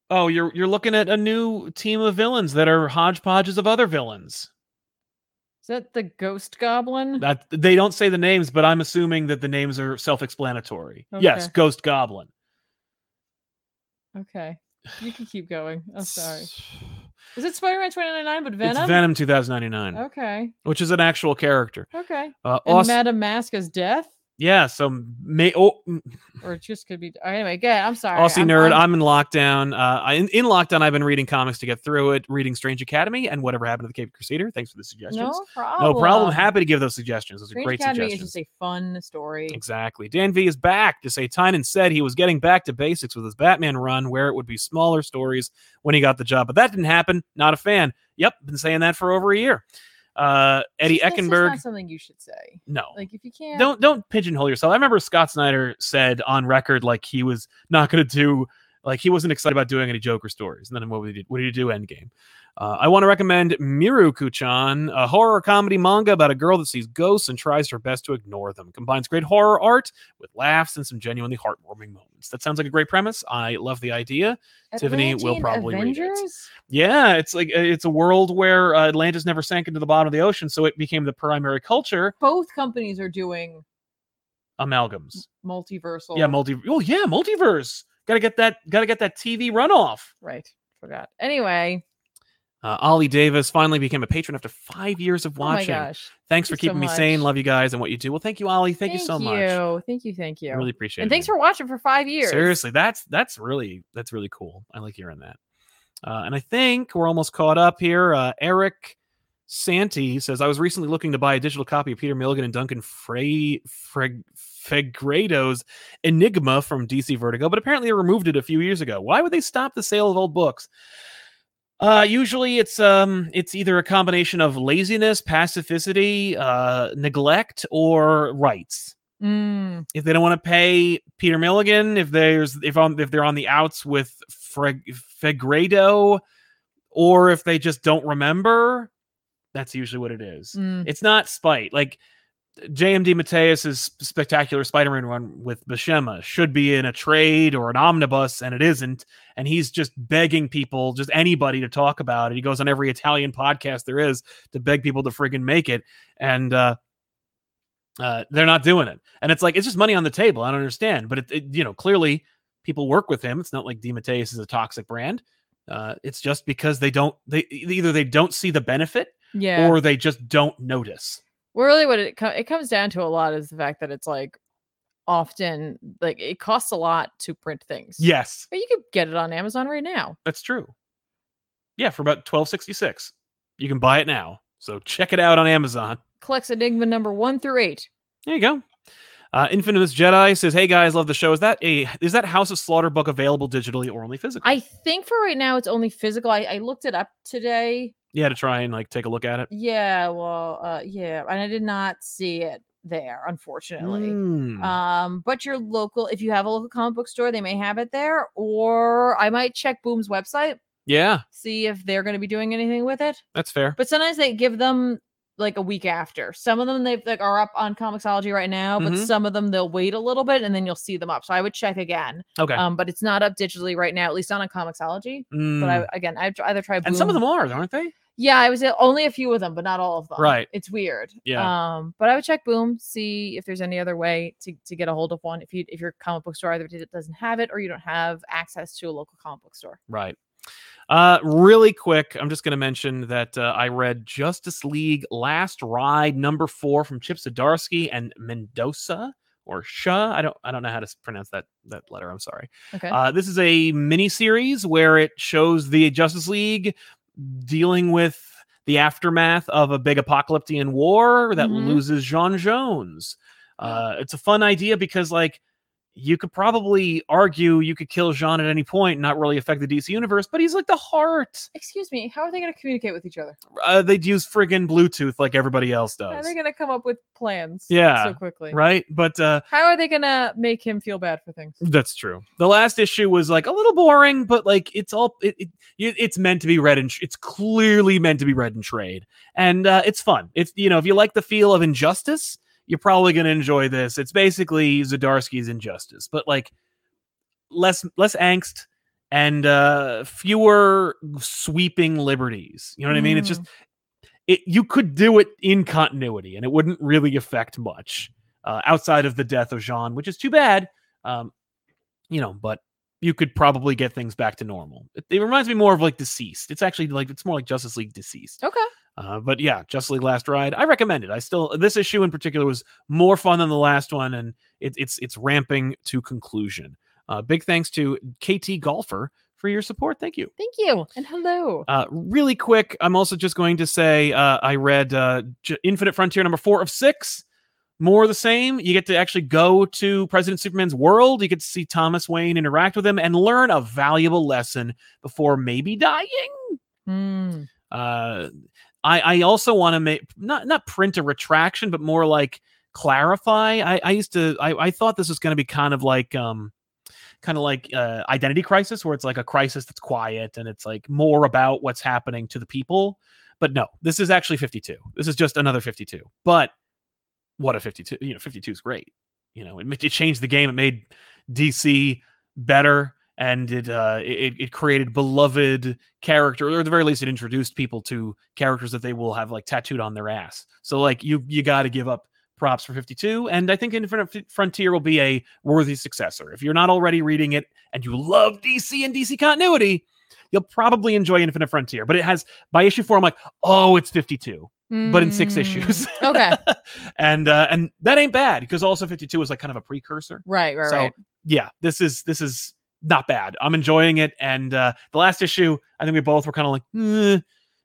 Oh, you're you're looking at a new team of villains that are hodgepodges of other villains.
Is that the Ghost Goblin?
That they don't say the names, but I'm assuming that the names are self-explanatory. Yes,
Okay.
Ghost Goblin.
okay, you can keep going. I'm Oh, sorry. Is it Spider-Man 2099 but
It's
Venom?
Venom 2099,
Okay,
which is an actual character.
okay.
Uh,
And
Aus-
Madame Maska's death,
yeah, so may oh, mm,
or it just could be. Anyway, again, I'm sorry.
Aussie
I'm-
nerd.
I'm-
I'm, in lockdown. Uh, I, in, in lockdown, I've been reading comics to get through it. Reading Strange Academy and whatever happened to the Cape Crusader. Thanks for the suggestions.
no problem.
No problem. Happy to give those suggestions. Those are
Strange
great
Academy is
suggestions.
just a fun story.
Exactly. Dan V is back to say Tynan said he was getting back to basics with his Batman run, where it would be smaller stories when he got the job, but that didn't happen. Not a fan. Yep, been saying that for over a year. Uh, Eddie
That's just
Eckenberg,
Not something you should say.
no.
Like if you can't.
Don't don't pigeonhole yourself. I remember Scott Snyder said on record like he was not going to do like he wasn't excited about doing any Joker stories. And then what did he, what did he do? Endgame. Uh, I want to recommend Miru Kuchan, a horror comedy manga about a girl that sees ghosts and tries her best to ignore them. Combines great horror art with laughs and some genuinely heartwarming moments. That sounds like a great premise. I love the idea. Tiffany will
Atlantean
probably read it.
Avengers?
Yeah, it's like uh, it's a world where uh, Atlantis never sank into the bottom of the ocean, so it became the primary culture
Both companies are doing
amalgams.
multiversal.
Yeah, multi. Oh yeah, multiverse. Got to get that. Got to get that TV runoff.
right. Forgot. Anyway,
Uh, Ollie Davis finally became a patron after five years of watching.
oh my gosh.
thanks for
thank you so
keeping me sane.
much.
Love you guys and what you do. Well, thank you, Ollie. Thank, you so much.
you. Thank you. Thank you.
Really appreciate it.
and thanks for watching for five years.
Seriously, that's that's really that's really cool. I like hearing that. Uh, and I think we're almost caught up here. Uh, Eric Santi says I was recently looking to buy a digital copy of Peter Milligan and Duncan Frey Freg, Fegredo's Enigma from DC Vertigo, but apparently they removed it a few years ago. Why would they stop the sale of old books? Uh, usually it's um it's either a combination of laziness, pacificity, uh, neglect, or rights.
Mm,
If they don't want to pay Peter Milligan, if there's if on if they're on the outs with Freg- Fegredo, or if they just don't remember, that's usually what it is.
mm,
It's not spite. Like JMD Mateus's spectacular Spider-Man run with Bashema should be in a trade or an omnibus, and it isn't. And he's just begging people, just anybody, to talk about it. He goes on every Italian podcast there is to beg people to friggin' make it, and uh, uh, they're not doing it. And it's like it's just money on the table. I don't understand, but it, it you know clearly people work with him. It's not like DeMatteis is a toxic brand. Uh, it's just because they don't they e-, either they don't see the benefit
yeah.
or they just don't notice.
Well, really, what it co- it comes down to a lot is the fact that it's like often like it costs a lot to print things.
Yes,
But you could get it on Amazon right now.
that's true. Yeah, for about twelve sixty six, you can buy it now. So check it out on Amazon.
Collects Enigma number one through eight.
There you go. Uh, Infamous Jedi says, "Hey guys, love the show. Is that a is that House of Slaughter book available digitally or only physical?
I think for right now it's only physical. I, I looked it up today.
yeah, to try and like take a look at it.
Yeah, well, uh, yeah, and I did not see it there, unfortunately.
Mm.
Um, but your local, if you have a local comic book store, they may have it there, or I might check Boom's website,
yeah,
see if they're going to be doing anything with it.
that's fair.
But sometimes they give them like a week after. Some of them they like are up on Comixology right now, but
Mhm.
some of them they'll wait a little bit and then you'll see them up. So I would check again.
Okay.
Um, but it's not up digitally right now, at least not on Comixology. But
Mm.
I again, I've tr- either tried
and some of
Boom-
them are, aren't they?
yeah, I was at only a few of them, but not all of them.
Right.
It's weird.
Yeah.
Um, but I would check Boom, see if there's any other way to, to get a hold of one. If you if your comic book store either d- doesn't have it or you don't have access to a local comic book store.
Right. Uh, really quick, I'm just going to mention that uh, I read Justice League Last Ride number four from Chip Zdarsky and Mendoza or Shah. I don't I don't know how to s- pronounce that that letter. I'm sorry.
Okay.
Uh, this is a mini series where it shows the Justice League dealing with the aftermath of a big apocalyptic war that
Mhm.
loses John Jones.
Oh.
Uh, it's a fun idea because, like, you could probably argue you could kill Jean at any point, and not really affect the DC universe, but he's like the heart.
Excuse me, how are they gonna communicate with each other?
Uh, they'd use friggin' Bluetooth like everybody else
How are
does,
they gonna come up with plans
Yeah,
so quickly?
right? But uh,
How are they gonna make him feel bad for things?
That's true. The last issue was like a little boring, but like it's all it, it you- it's meant to be read and it's clearly meant to be read in trade, and uh, it's fun. It's you know if you like the feel of injustice, you're probably gonna enjoy this. It's basically Zadarsky's injustice, but like less less angst and uh fewer sweeping liberties. You know what I mean? It's just it you could do it in continuity and it wouldn't really affect much uh, outside of the death of Jean, which is too bad. Um, you know, but you could probably get things back to normal. It, it reminds me more of like deceased. It's actually like it's more like Justice League deceased.
Okay.
Uh, but yeah, Justice League Last Ride, I recommend it. I still this issue in particular was more fun than the last one, and it, it's it's ramping to conclusion. Uh, big thanks to KT Golfer for your support. Thank you.
Thank you. And hello.
Uh, really quick, I'm also just going to say uh, I read uh, J- Infinite Frontier number four of six. More of the same. You get to actually go to President Superman's world. You get to see Thomas Wayne interact with him and learn a valuable lesson before maybe dying.
Mm,
Uh, I I also want to make not not print a retraction, but more like clarify. I I used to I I thought this was going to be kind of like um kind of like uh, identity crisis, where it's like a crisis that's quiet and it's like more about what's happening to the people. But no, this is actually 52. This is just another 52. But what a 52! You know, 52 is great. You know, it, ma- it changed the game. It made DC better, and it uh, it, it created beloved character, or at the very least, it introduced people to characters that they will have like tattooed on their ass. So like you you got to give up props for 52, and I think Infinite F- Frontier will be a worthy successor. If you're not already reading it and you love DC and DC continuity, you'll probably enjoy Infinite Frontier. But it has by issue four, I'm like, oh, it's 52 but in six issues.
mm. okay.
and uh, and that ain't bad because also 52 was like kind of a precursor.
Right, right,
so
right.
yeah, this is this is not bad. I'm enjoying it. And uh, the last issue, I think we both were kind of like, "Eh,"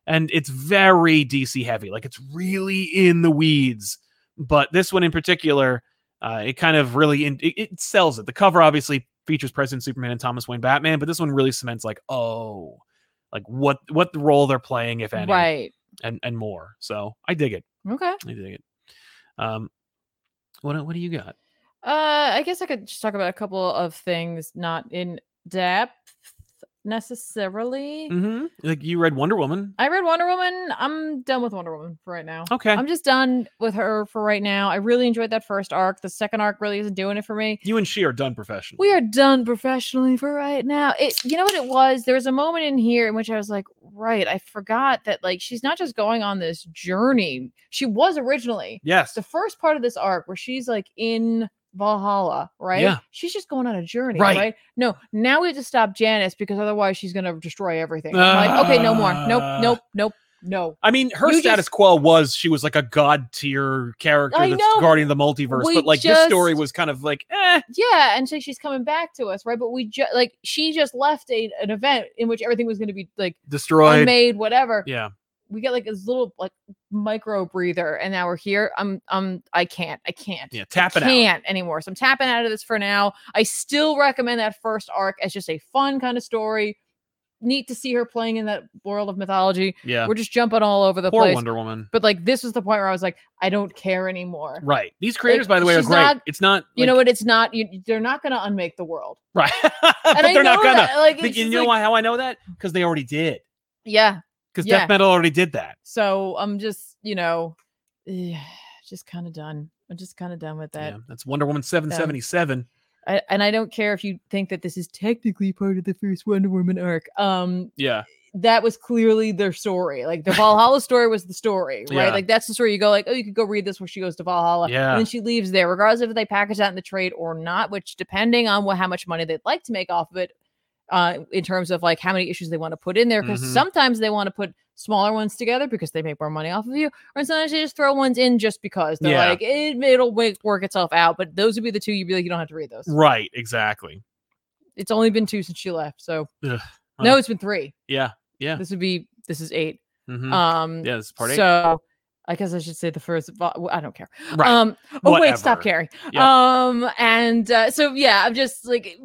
and it's very DC heavy. Like it's really in the weeds. But this one in particular, uh, it kind of really in, it, it sells it. The cover obviously features President Superman and Thomas Wayne Batman, but this one really cements like, oh, like what what role they're playing, if any,
right.
and and more. So I dig it.
Okay.
I dig it. Um, what what do you got?
Uh, I guess I could just talk about a couple of things not in depth necessarily.
Mm-hmm. Like you read Wonder Woman.
I read Wonder Woman. I'm done with Wonder Woman for right now.
Okay,
I'm just done with her for right now. I really enjoyed that first arc. The second arc really isn't doing it for me.
you and she are done professionally.
We are done professionally for right now. It you know what it was? There was a moment in here in which I was like, right, I forgot that like she's not just going on this journey. She was originally.
Yes.
The first part of this arc where she's like in Valhalla, right?
Yeah.
She's just going on a journey,
Right.
right? No, now we have to stop Janice because otherwise she's gonna destroy everything. I'm like, okay, no more.
Ah.
Nope, nope, nope, no.
I mean, her
You
status quo was she was like a god tier character
I
that's
know.
guardian of the multiverse,
We
but like this story
just-
was kind of like, eh,
yeah and so she's coming back to us right but we just like she just left a, an event in which everything was going to be like
destroyed.
unmade whatever
yeah,
we get like this little like micro breather and now we're here i'm i'm i can't i can't
yeah, tapping out.
can't anymore so i'm tapping out of this for now i still recommend that first arc as just a fun kind of story neat to see her playing in that world of mythology
Yeah,
we're just jumping all over the
poor
place
Wonder Woman.
but like this was the point where i was like i don't care anymore
Right. These creators,
Like,
by the way, are
she's
great.
not-
it's not
you
like-
know what it's not you, they're not going to unmake the world
right, but
I
they're not
know
gonna.
that, like,
Th-
it's
you
just
know
like-
why? How I know that? Because they already did.
Yeah.
Because
Yeah.
death metal already did that.
So I'm just, you know, eh, just kind of done. I'm just kind of done with that.
yeah, that's Wonder Woman seven seventy seven.
I, and I don't care if you think that this is technically part of the first Wonder Woman arc. Um,
Yeah,
that was clearly their story. Like the Valhalla story was the story, right?
Yeah.
Like that's the story you go like, oh, you could go read this where she goes to Valhalla,
Yeah.
and then she leaves there, regardless if they package that in the trade or not. Which, depending on what how much money they'd like to make off of it, uh, in terms of like how many issues they want to put in there, because
Mhm.
sometimes they want to put smaller ones together because they make more money off of you, or sometimes they just throw ones in just because they're
Yeah.
like it, it'll wa- work itself out. But those would be the two you'd be like, you don't have to read those.
right. Exactly.
It's only been two since she left, so
Ugh,
no,
well.
it's been three.
Yeah. Yeah.
This would be this is eight.
hmm
Um,
yeah. This is part eight.
so I guess I should say the first. vo- w- I don't care.
right.
Um. Oh wait, stop
Whatever.
caring.
Yeah.
Um. And uh, so yeah, I'm just like,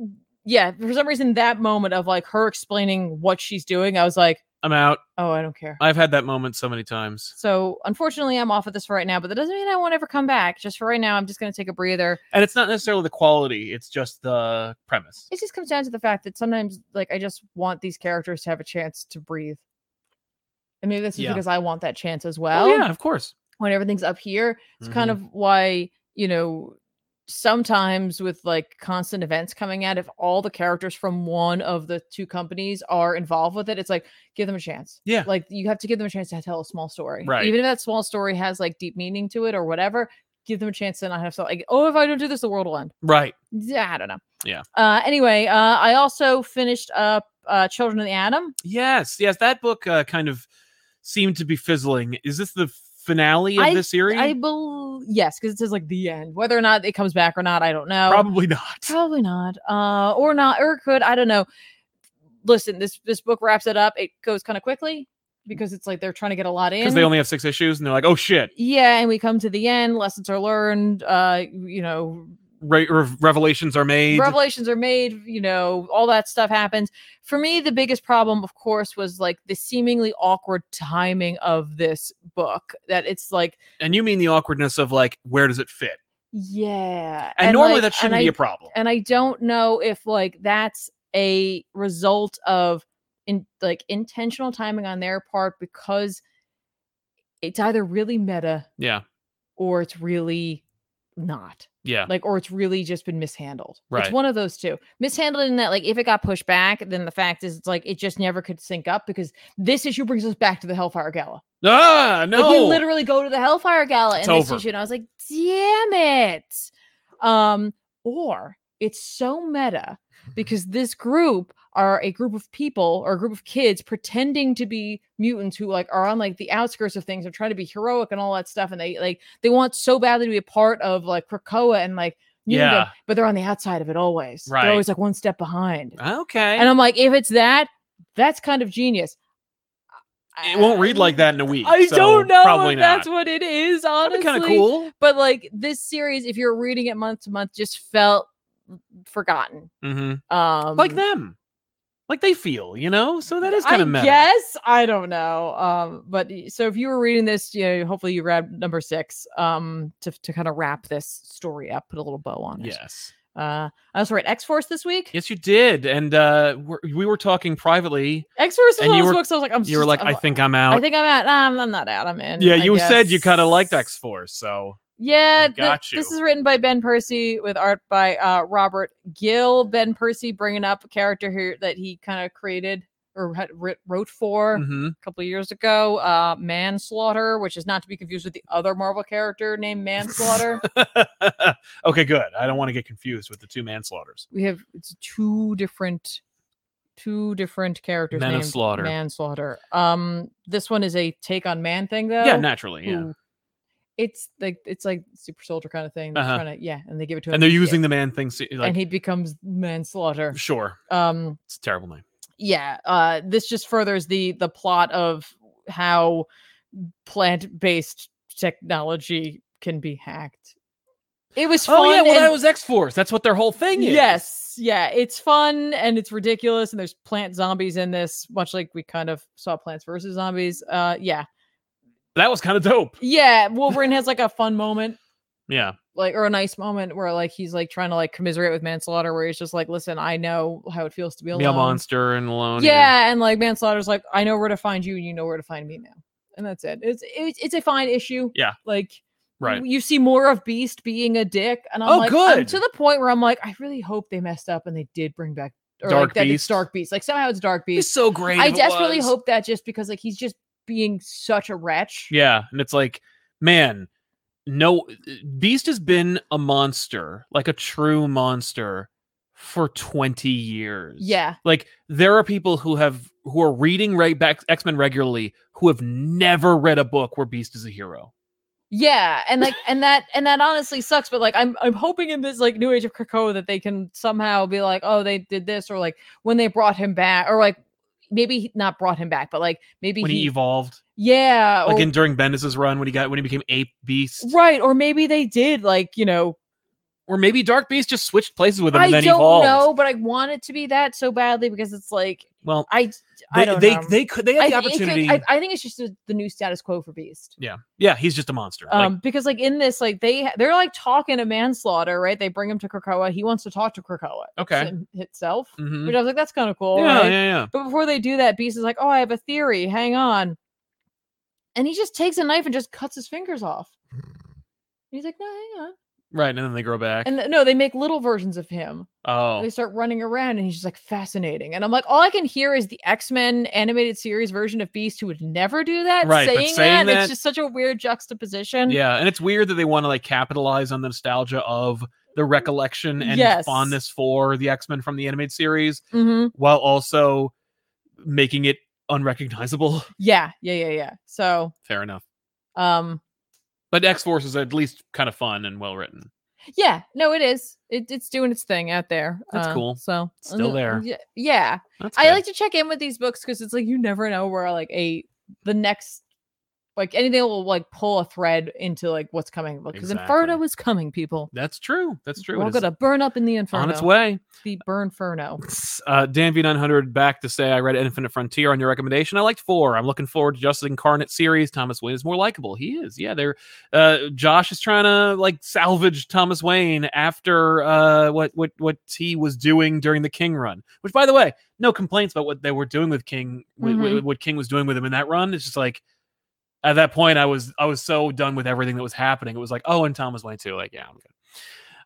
yeah. For some reason, that moment of like her explaining what she's doing, I was like,
I'm out.
oh, I don't care.
I've had that moment so many times.
So unfortunately, I'm off of this for right now. But that doesn't mean I won't ever come back. Just for right now, I'm just gonna take a breather.
And it's not necessarily the quality, it's just the premise.
It just comes down to the fact that sometimes, like, I just want these characters to have a chance to breathe. And maybe this is
Yeah.
because I want that chance as well.
Oh, yeah, of course.
when everything's up here. It's kind
Mhm.
of why, you know, sometimes with like constant events coming out, if all the characters from one of the two companies are involved with it, it's like give them a chance.
Yeah.
Like you have to give them a chance to tell a small story.
Right.
Even if that small story has like deep meaning to it or whatever, give them a chance to not have so like, oh, if I don't do this, the world will end.
Right.
Yeah, I don't know.
Yeah.
Uh anyway, uh I also finished up uh Children of the Atom.
Yes. Yes. That book uh, kind of seemed to be fizzling. Is this the finale of
I-
the series?
I believe yes, because it says like the end. Whether or not it comes back or not, I don't know.
Probably not.
Probably not. Uh, or not, or it could. I don't know. Listen, this this book wraps it up. It goes kind of quickly because it's like they're trying to get a lot in.
Because they only have six issues and they're like, oh shit,
yeah, and we come to the end. Lessons are learned. Uh, you know,
re- re- revelations are made.
revelations are made. You know, all that stuff happens. For me, the biggest problem, of course, was like the seemingly awkward timing of this book. That it's like,
and you mean the awkwardness of like, where does it fit?
yeah,
And, normally
like-
that
and
shouldn't
I
be a problem.
and I don't know if like that's a result of in like intentional timing on their part because it's either really meta
yeah.
or it's really not
Yeah.
like or it's really just been mishandled
Right.
it's one of those two mishandled in that like if it got pushed back then the fact is it's like it just never could sync up because this issue brings us back to the hellfire gala
ah, no.
like we literally go to the Hellfire Gala
It's
in this
over.
issue, and I was like, damn it. Um, or it's so meta because this group are a group of people or a group of kids pretending to be mutants who like are on like the outskirts of things and trying to be heroic and all that stuff, and they like they want so badly to be a part of like Krakoa and like mutantdom,
Yeah.
but they're on the outside of it always.
Right.
They're always like one step behind,
okay.
and I'm like, if it's that, that's kind of genius.
it won't read
I-
like that in a week.
I
so
don't know
Probably
if that's
not.
what it is,
That'd
honestly.
be kind of cool.
But like this series, if you're reading it month to month, just felt forgotten.
Mm-hmm.
Um
like them. like they feel, you know? So that is
I
kind of meta.
guess I don't know. Um, but y- so if you were reading this, you know, hopefully you read number six. Um, to to kind of wrap this story up, put a little bow on it.
Yes.
Uh, I also read X Force this week.
Yes, you did. And uh, we're, we were talking privately.
X Force was
And
one
you
of those
were-
books. I was like, I'm.
You were
just-
like,
I'm
I
li-
think I'm out.
I think I'm out. Um, I'm not out. I'm in.
yeah,
I
you said you kind of liked
guess.
X Force. So
Yeah, th-
Got
this
you.
is written by Ben Percy with art by uh, Robert Gill. Ben Percy bringing up a character here that he kind of created or had writ- wrote for
Mhm.
a couple of years ago, uh, Manslaughter, which is not to be confused with the other Marvel character named Manslaughter.
okay, good. I don't want to get confused with the two manslaughters.
we have it's two different, two different characters
Men of
named
Slaughter.
Manslaughter. Um, this one is a take on man thing though.
yeah, naturally. Yeah.
who- It's like it's like super soldier kind of thing. They're
Uh-huh.
trying to yeah, and they give it to him.
And they're
yeah.
using the man thing. se- Like,
and he becomes manslaughter.
sure.
Um,
It's a terrible name.
yeah, uh, this just furthers the the plot of how plant based technology can be hacked. It was fun.
Oh, yeah. Well,
and-
that was X Force. That's what their whole thing is.
yes, yeah, it's fun and it's ridiculous, and there's plant zombies in this, much like we kind of saw Plants versus Zombies. Uh, yeah,
That was kind of dope.
yeah. Wolverine has like a fun moment.
Yeah.
like or a nice moment where like he's like trying to like commiserate with manslaughter where he's just like listen i know how it feels to be
Be
alone
a monster and alone.
yeah and like manslaughter's like i know where to find you and you know where to find me now and that's it it's it's, it's a fine issue
Yeah.
like
Right.
you see more of beast being a dick and i'm
Oh,
like I'm
good.
to the point where i'm like i really hope they messed up and they did bring back or like
Dark
that it's
Beast.
dark beast like somehow it's dark
It's
beast
so great.
i
if it
desperately
was.
hope that just because like he's just being such a wretch
Yeah, and it's like, man, no, Beast has been a monster, like a true monster, for twenty years.
yeah
like there are people who have who are reading right back X Men regularly who have never read a book where Beast is a hero.
Yeah, and like and that and that honestly sucks. But like I'm I'm hoping in this like new age of Krakoa that they can somehow be like, oh, they did this, or like when they brought him back, or like maybe he- not brought him back, but like maybe
When
he,
he, evolved,
yeah,
like
or,
in during Bendis's run, when he got when he became Ape Beast,
right, or maybe they did like you know
or maybe Dark Beast just switched places with him
I
and then
don't
evolved.
know, but I want it to be that so badly because it's like
Well,
I
they
I don't
they,
know.
they could they had the
I, think it could-
opportunity.
I, I think it's just the, the new status quo for Beast.
yeah, he's just a monster. Like,
Um, because like in this, like they they're like talking to manslaughter, right? They bring him to Krakoa. He wants to talk to Krakoa.
Okay.
him- itself.
mhm.
Which I was like, that's kind of cool.
Yeah,
right?
yeah, yeah.
But before they do that, Beast is like, oh, I have a theory. Hang on. And he just takes a knife and just cuts his fingers off. And he's like, no, hang on.
Right, and then they grow back.
And th- no, they make little versions of him.
oh,
They start running around, and he's just like fascinating. And I'm like, all I can hear is the X Men animated series version of Beast, who would never do that.
Right, but saying
it's
that-
just such a weird juxtaposition.
Yeah, and it's weird that they want to like capitalize on the nostalgia of the recollection and
Mm-hmm. Yes.
fondness for the X Men from the animated series,
Mhm.
while also making it unrecognizable.
yeah, yeah, yeah, yeah. So,
Fair enough.
um,
But X Force is at least kind of fun and well written.
Yeah, no, it is. It, it's doing its thing out there. uh,
That's cool.
So
It's still
mm,
there.
y- Yeah,
That's
I
good.
like to check in with these books because it's like you never know where like a the next like anything will like pull a thread into like what's coming because Inferno
Exactly.
is coming, people.
That's true. That's true.
We're all
It is
gonna burn up in the Inferno.
on its way.
The Burnferno.
Uh, Dan V900 back to say I read Infinite Frontier on your recommendation. I liked four. I'm looking forward to Justice Incarnate series. Thomas Wayne is more likable. He is. Yeah, they're uh, Josh is trying to like salvage Thomas Wayne after uh, what what what he was doing during the King run. Which, by the way, no complaints about what they were doing with King. wi- wi-
Mhm.
what King was doing with him in that run. It's just like at that point, I was I was so done with everything that was happening. It was like, oh, and Thomas Wayne too. Like, yeah, I'm good.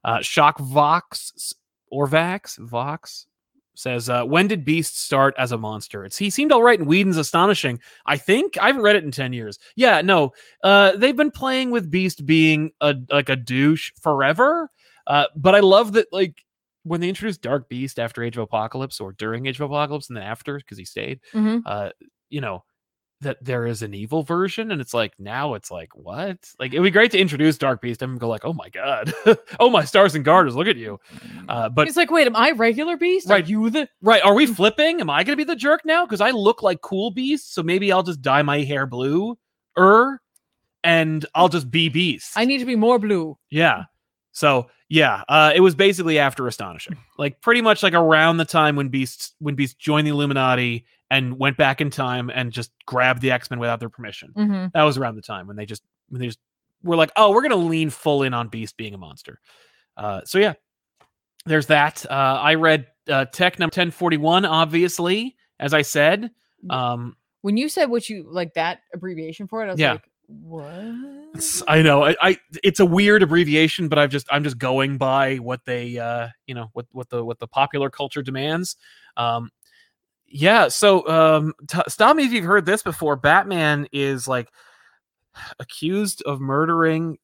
Uh, Shock Vox s- or Vax Vox says, uh, when did Beast start as a monster? It's he seemed all right in Whedon's Astonishing. I think I haven't read it in ten years. Yeah, no, uh, they've been playing with Beast being a like a douche forever. Uh, but I love that like when they introduced Dark Beast after Age of Apocalypse or during Age of Apocalypse and then after because he stayed.
Mhm.
Uh, you know that there is an evil version and it's like now it's like what like it would be great to introduce dark beast and go like oh my god oh my stars and garters look at you uh but
He's like, wait, am I regular beast? Are
Right.
you the
Right. Are we flipping? Am I going to be the jerk now? Because I look like Cool Beast. So maybe I'll just dye my hair blue er and I'll just be Beast.
I need to be more blue.
yeah. So yeah, uh, it was basically after Astonishing, like pretty much like around the time when Beast when Beast joined the Illuminati and went back in time and just grabbed the X Men without their permission.
Mhm.
That was around the time when they just when they just were like, oh, we're gonna lean full in on Beast being a monster. Uh, so yeah, there's that. Uh, I read uh, Tech number ten forty one, obviously, as I said. Um,
When you said what you like that abbreviation for it, I was
Yeah.
like, what?
It's- I know. I, I it's a weird abbreviation, but I've just I'm just going by what they uh you know what what the what the popular culture demands. Um yeah, so um t- stop me if you've heard this before. Batman is like accused of murdering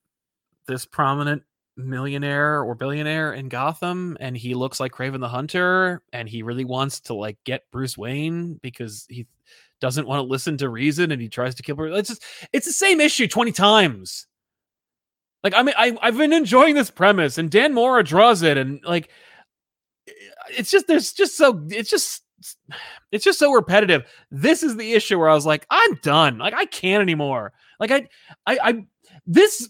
this prominent millionaire or billionaire in Gotham and he looks like Craven the Hunter and he really wants to like get Bruce Wayne because he doesn't want to listen to reason and he tries to kill Bruce. It's just it's the same issue 20 times like i mean I, i've been enjoying this premise and dan mora draws it and like it's just there's just so it's just it's just so repetitive this is the issue where i was like i'm done like i can't anymore like i i, I this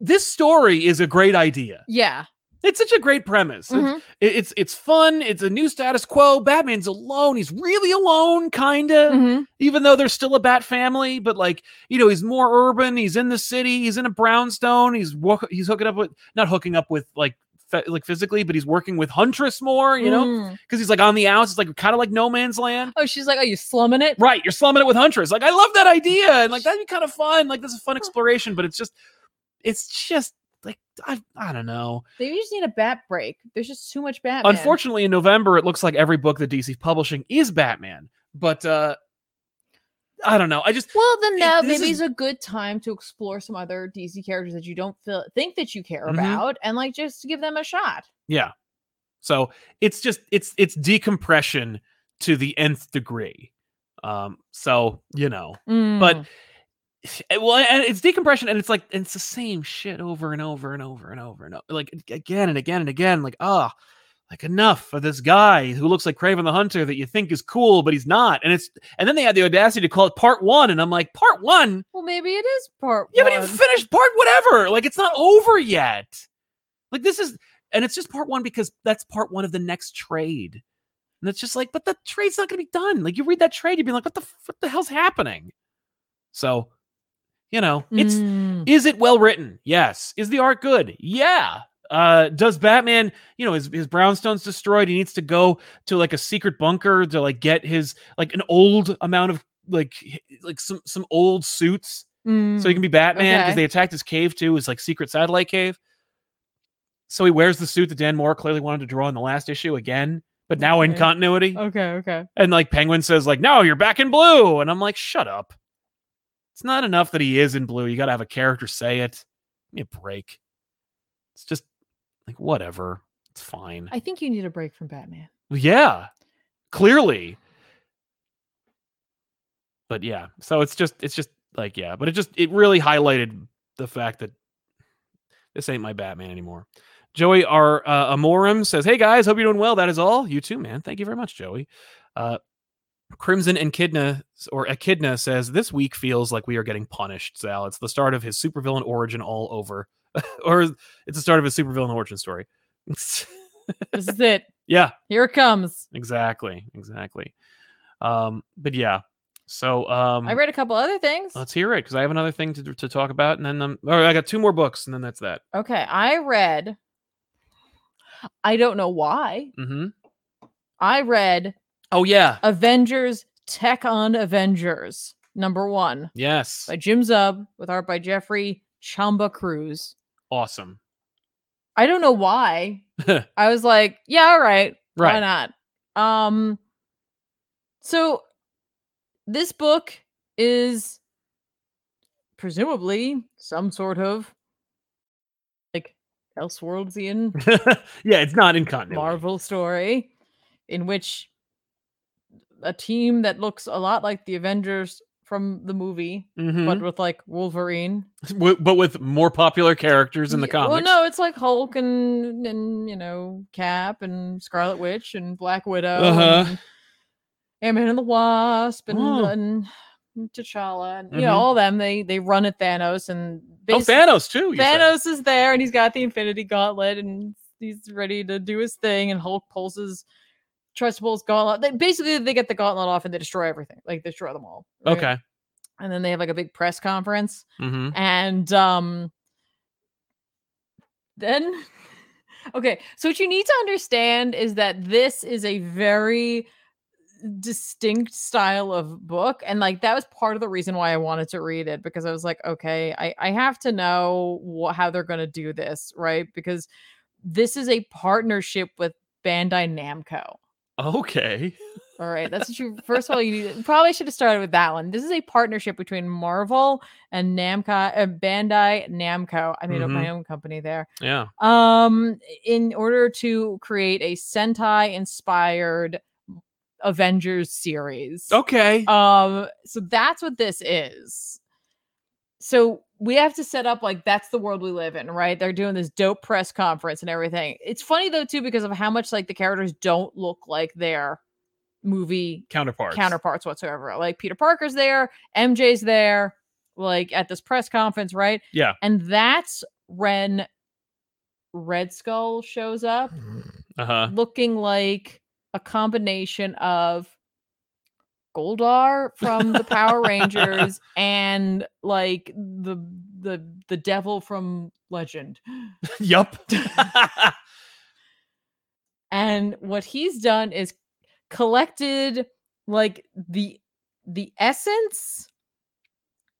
this story is a great idea
Yeah.
it's such a great premise It's-
Mhm.
it- it's it's fun it's a new status quo batman's alone he's really alone kinda
Mhm.
even though they're still a bat family but like you know he's more urban he's in the city he's in a brownstone he's wo- he's hooking up with not hooking up with like fe- like physically but he's working with huntress more you know
Mm.
because he's like on the outs it's like kind of like no man's land
Oh, she's like, oh, you slumming it?
right you're slumming it with huntress like i love that idea and like that'd be kind of fun like this is a fun exploration but it's just it's just like i, I don't know
Maybe you just need a bat break. There's just too much Batman.
unfortunately in november it looks like every book that dc publishing is batman but uh i don't know i just
Well, then
It-
now
this
maybe
is-
it's a good time to explore some other DC characters that you don't feel think that you care
Mhm.
about, and like just give them a shot.
Yeah. So it's just it's it's decompression to the nth degree. Um, so you know,
Mm.
eh, well, and it's decompression, and it's like it's the same shit over and over and over and over and over, like ag- again and again and again. Like ah, like enough of this guy who looks like Craven the Hunter that you think is cool, but he's not. And it's and then they had the audacity to call it part one, and I'm like, part one?
well, maybe it is part.
You haven't
one.
even finished part whatever. Like it's not over yet. Like this is, and it's just part one because that's part one of the next trade. And it's just like, but the trade's not going to be done. Like you read that trade, you'd be like, what the f- what the hell's happening? So, you know, it's
Mm.
is it well written? Yes. Is the art good? Yeah. Uh, does Batman, you know, his his brownstone's destroyed. He needs to go to like a secret bunker to like get his like an old amount of like h- like some some old suits
Mm.
so he can be Batman because
Okay.
they attacked his cave too, his like secret satellite cave. So he wears the suit that Dan Moore clearly wanted to draw in the last issue again, but now in
Okay.
continuity.
Mm. okay, okay.
And like Penguin says, like, no, you're back in blue. And I'm like, shut up. It's not enough that he is in blue. You gotta have a character say it. Give me a break. It's just like whatever. It's fine.
I think you need a break from Batman.
Yeah, clearly. But yeah, so it's just it's just like yeah, but it just it really highlighted the fact that this ain't my Batman anymore. Joey R. Uh, Amorim says, "Hey guys, hope you're doing well. That is all. You too, man. Thank you very much, Joey." Uh, Crimson Echidna or Echidna says, "This week feels like we are getting punished, Sal. It's the start of his supervillain origin all over, or it's the start of his supervillain origin story."
This is it.
yeah,
Here it comes.
exactly exactly um but yeah so um
I read a couple other things.
let's hear it because i have another thing to, to talk about and then um or i got two more books and then that's that
Okay, I read. I don't know why.
mm-hmm.
I read
oh yeah
Avengers Tech on Avengers number one.
yes
by Jim Zub with art by Jeffrey Chamba Cruz.
awesome
I don't know why. I was like, yeah, all right,
right
why not? Um so this book is presumably some sort of like Elseworldsian
yeah it's not in continuity
Marvel story in which a team that looks a lot like the Avengers from the movie,
Mhm.
but with like Wolverine
W- but with more popular characters in the
Ye-
comics
Well, no, it's like Hulk and and you know Cap and Scarlet Witch and Black Widow,
Uh-huh.
and Ant Man and the Wasp, and,
Oh. Mm-hmm.
and T'Challa, and you know all them. They they run at Thanos and
Oh,
basically-
Thanos too. you said.
Thanos is there and he's got the Infinity Gauntlet and he's ready to do his thing. And Hulk pulls his trust pulls gauntlet. They, basically, they get the gauntlet off and they destroy everything. Like they destroy them all. right?
Okay.
And then they have like a big press conference
Mm-hmm.
and um then okay so what you need to understand is that this is a very distinct style of book and like that was part of the reason why i wanted to read it because i was like okay i i have to know wha- how they're going to do this right because this is a partnership with bandai namco
Okay.
all right, that's what you. First of all, you need- probably should have started with that one. This is a partnership between Marvel and Namco, uh, Bandai Namco. I made up my own company there.
Yeah.
Um, in order to create a Sentai-inspired Avengers series.
Okay.
Um, so that's what this is. So we have to set up like that's the world we live in, right? They're doing this dope press conference and everything. It's funny though too because of how much like the characters don't look like their movie
Counterparts.
counterparts whatsoever. Like Peter Parker's there, MJ's there, like at this press conference, right?
Yeah.
And that's when Red Skull shows up
Uh huh.
looking like a combination of Goldar from the Power Rangers and like the the the devil from Legend.
yup. Uh-huh.
And what he's done is collected like the the essence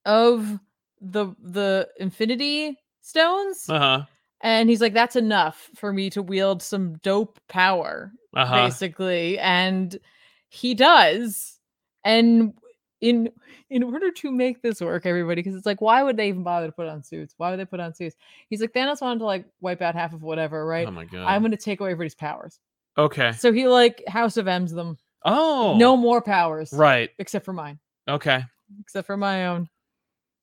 of the the infinity stones
Uh huh.
and he's like that's enough for me to wield some dope power
Uh huh.
basically and he does and in in order to make this work everybody because it's like why would they even bother to put on suits why would they put on suits he's like thanos wanted to like wipe out half of whatever right
Oh my god.
i'm going to take away everybody's powers
okay.
so he like house of m's them
Oh.
no more powers
Right.
except for mine
Okay.
except for my own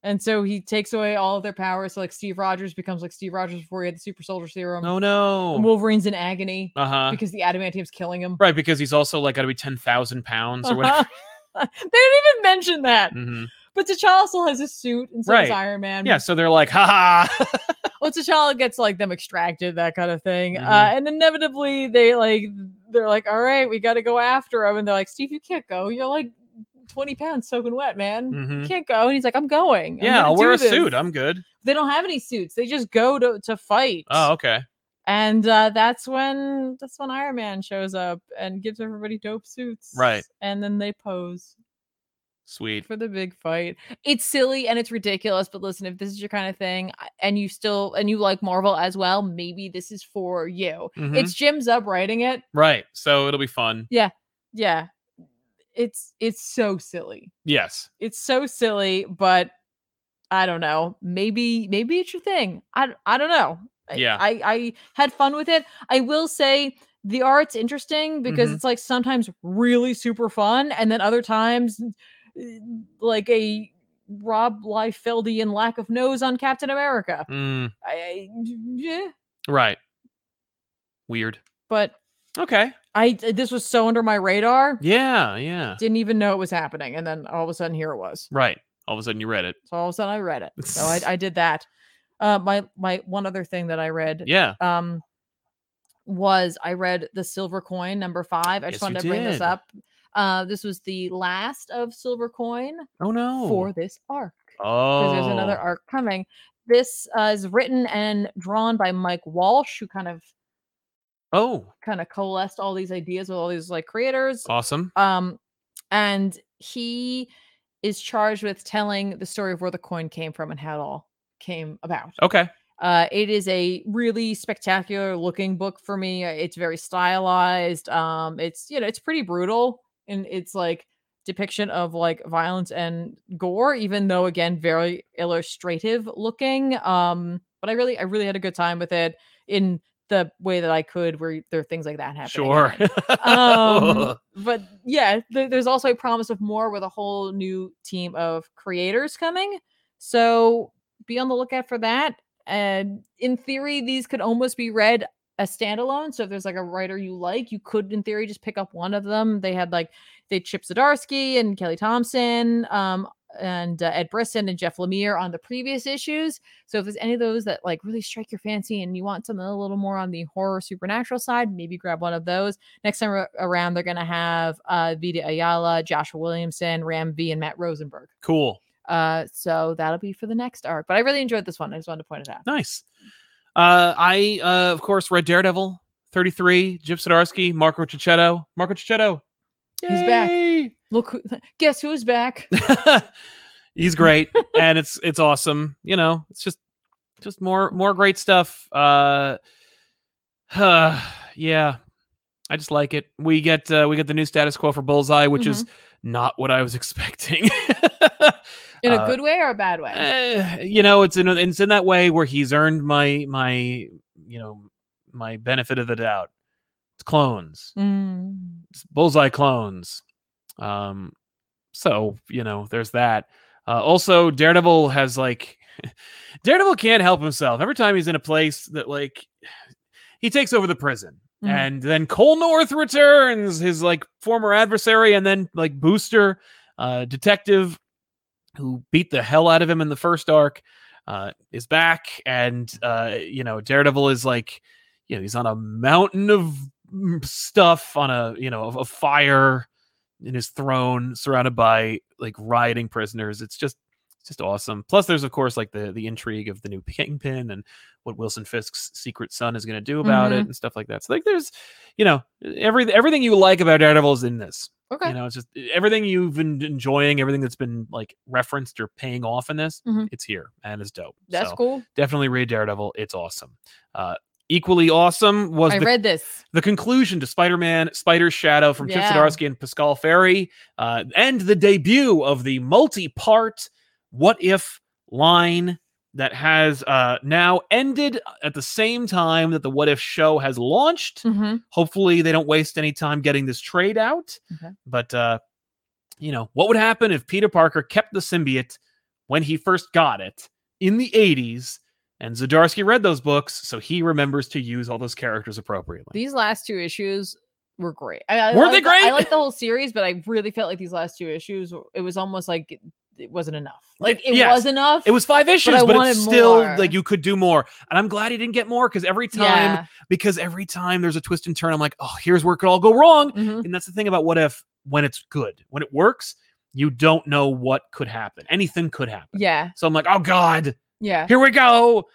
and so he takes away all of their powers so like steve rogers becomes like steve rogers before he had the super soldier serum
Oh
and
no.
wolverine's in agony
Uh huh.
because the adamantium's killing him
Right, because he's also like got to be ten thousand pounds or whatever.
Uh-huh. they didn't even mention that.
Mhm.
But T'Challa still has his suit and so does
Right.
Iron Man.
Yeah, so they're like, ha ha.
Well, T'Challa gets like them extracted, that kind of thing. Uh,
Mhm.
and inevitably they like they're like, all right, we gotta go after him. And they're like, Steve, you can't go. You're like 20 pounds soaking wet, man. You
Mhm.
can't go. And he's like, I'm going. I'm
Yeah,
gonna
I'll wear
do
a suit.
this."
I'm good.
They don't have any suits. They just go to, to fight.
Oh, okay.
and uh, that's when that's when Iron Man shows up and gives everybody dope suits.
Right.
And then they pose.
Sweet.
for the big fight. It's silly and it's ridiculous, but listen, if this is your kind of thing I- and you still and you like Marvel as well, maybe this is for you.
Mhm.
It's Jim's up writing it.
right. So it'll be fun.
Yeah. It's it's so silly.
Yes.
It's so silly, but I don't know. Maybe maybe it's your thing. I d- I don't know. I-
Yeah.
I I had fun with it. I will say the art's interesting because
Mhm.
it's like sometimes really super fun and then other times eh, like a Rob Liefeldian lack of nose on Captain America.
Mm,
I, I- yeah,
right. Weird.
but
Okay.
I this was so under my radar.
Yeah. Yeah.
Didn't even know it was happening and then all of a sudden here it was.
Right. All of a sudden you read it.
So all of a sudden I read it. So I, I did that. Uh, my my one other thing that I read
Yeah.
um was I read the silver coin number five. I
Yes,
just
you
wanted to bring this
did.
up. Uh, this was the last of silver coin
Oh no.
for this arc
Oh.
because there's another arc coming. This uh, is written and drawn by Mike Walsh, who kind of
Oh,
kind of coalesced all these ideas with all these like creators.
awesome.
Um, and he is charged with telling the story of where the coin came from and how it all came about.
Okay.
Uh, it is a really spectacular looking book for me. Uh, It's very stylized. Um, it's you know it's pretty brutal and it's like depiction of like violence and gore, even though again very illustrative looking. Um, but I really I really had a good time with it in the way that I could, where there are things like that happening. in
Sure.
it um, but yeah, th- there's also a promise of more with a whole new team of creators coming. So be on the lookout for that. And in theory, these could almost be read as standalone. So if there's like a writer you like, you could in theory just pick up one of them. They had like they had Chip Zdarsky and Kelly Thompson. Um, and uh, Ed Brisson and Jeff Lemire on the previous issues. So if there's any of those that like really strike your fancy and you want something a little more on the horror supernatural side, maybe grab one of those. Next time ar- around, they're going to have uh, Vita Ayala, Joshua Williamson, Ram V, and Matt Rosenberg.
Cool.
Uh, so that'll be for the next arc. But I really enjoyed this one. I just wanted to point it out.
Nice. Uh, I, uh, of course, read Daredevil 33, Jip Zdarsky, Marco Cicchetto. Marco Cicchetto.
He's back.
Yay!
Look, who, guess who's back?
he's great and it's it's awesome you know it's just just more more great stuff uh yeah i just like it we get uh, we get the new status quo for bullseye which is
Mm-hmm.
not what i was expecting
In a
Uh,
good way or a bad way?
Eh, you know it's in a, it's in that way where he's earned my my you know my benefit of the doubt it's clones
Mm.
s- bullseye clones. Um, so you know, there's that. Uh, also, Daredevil has like, Daredevil can't help himself. Every time he's in a place that like, he takes over the prison,
Mhm.
and then Cole North returns, his like former adversary, and then like Booster, uh, detective, who beat the hell out of him in the first arc, uh, is back, and uh, you know, Daredevil is like, you know, he's on a mountain of mm, stuff on a you know of, of fire in his throne surrounded by like rioting prisoners it's just it's just awesome plus there's of course like the the intrigue of the new kingpin and what wilson fisk's secret son is going to do about it
Mhm.
and stuff like that so like there's you know every everything you like about daredevil is in this
Okay.
you know it's just e, everything you've been enjoying everything that's been like referenced or paying off in this
Mhm.
it's here and it's dope
That's
So,
cool.
definitely read daredevil it's awesome uh equally awesome was
I
the
read this.
the conclusion to Spider-Man, Spider's Shadow from Chip
Yeah.
Zdarsky and Pascal Ferry, uh, and the debut of the multi-part "What If" line that has uh, now ended at the same time that the "What If" show has launched.
Mm-hmm.
Hopefully, they don't waste any time getting this trade out.
Okay.
But uh, you know, what would happen if Peter Parker kept the symbiote when he first got it in the '80s? And Zdarsky read those books, so he remembers to use all those characters appropriately.
These last two issues were great. I, I
Weren't they
like the- I
great?
like the whole series, but I really felt like these last two issues. w- It was almost like it- it wasn't enough. Like it
yes.
was enough.
It was five issues,
I
but,
wanted
it's still
more.
like you could do more. And I'm glad he didn't get more because every time,
Yeah.
because every time there's a twist and turn, I'm like, oh, here's where it could all go wrong.
Mhm.
And that's the thing about what if when it's good, when it works, you don't know what could happen. Anything could happen.
Yeah.
So I'm like, oh God,
Yeah.
here we go.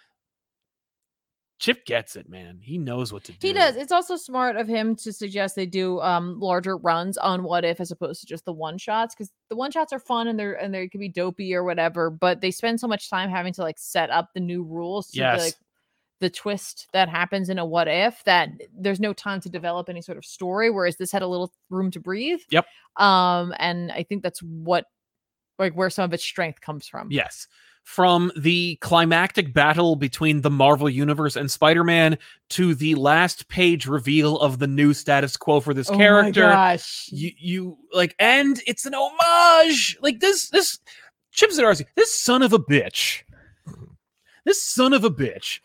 Chip gets it, man. He knows what to do.
He does. It's also smart of him to suggest they do um larger runs on what if as opposed to just the one shots because the one shots are fun and they're and they can be dopey or whatever, but they spend so much time having to like set up the new rules to
Yes.
the, like the twist that happens in a what if that there's no time to develop any sort of story, whereas this had a little room to breathe.
Yep.
Um, and I think that's what like where some of its strength comes from.
Yes. From the climactic battle between the Marvel Universe and Spider Man to the last page reveal of the new status quo for this
Oh my
character.
gosh.
you you like and it's an homage like this this chip zdarsky this son of a bitch this son of a bitch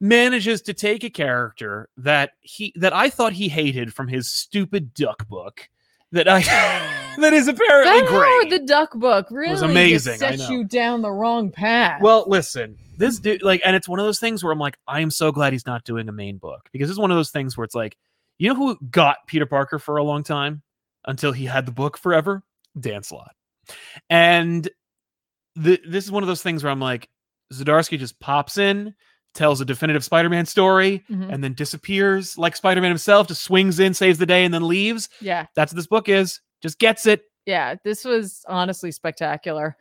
manages to take a character that he that i thought he hated from his stupid duck book that i that is apparently
That
great
Howard the Duck book really just
amazing, I
sets
know.
you down the wrong path.
Well, listen, this dude, like, and it's one of those things where I'm like, I am so glad he's not doing a main book because it's one of those things where it's like, you know who got Peter Parker for a long time until he had the book forever? Dan Slott. And the, this is one of those things where I'm like, Zdarsky just pops in, tells a definitive Spider Man story,
Mhm.
and then disappears like Spider Man himself, just swings in, saves the day, and then leaves.
yeah,
That's what this book is. Just gets it.
yeah. This was honestly spectacular.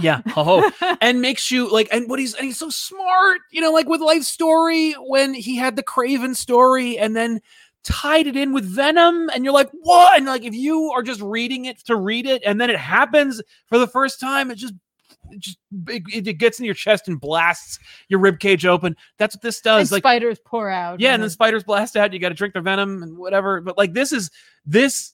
Yeah. Oh, and makes you like and what he's and he's so smart you know like with life story when he had the craven story and then tied it in with venom and you're like what and like if you are just reading it to read it and then it happens for the first time it just it just it, it gets in your chest and blasts your rib cage open that's what this does
and
like
spiders pour out.
yeah, and then spiders blast out. You got to drink their venom and whatever. But like this is this,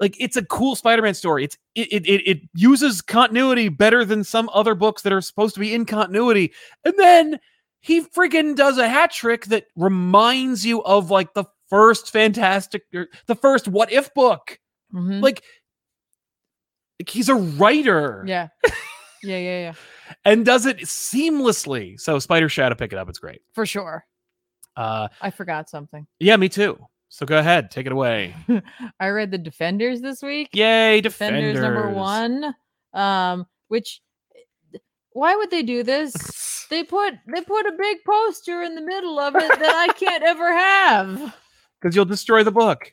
like it's a cool Spider-Man story. It's it it it, it uses continuity better than some other books that are supposed to be in continuity. And then he freaking does a hat trick that reminds you of like the er,
Mm-hmm.
first Fantastic, or the first What If book.
Mhm.
Like Like, he's a writer
Yeah. Yeah, yeah, yeah.
and does it seamlessly. So Spider Shadow, pick it up. It's great.
For sure.
Uh,
I forgot something.
yeah, me too. So go ahead, take it away.
I read the Defenders this week.
Yay, defenders,
Defenders, number one. Um, which why would they do this? they put they put a big poster in the middle of it that I can't ever have.
because you'll destroy the book.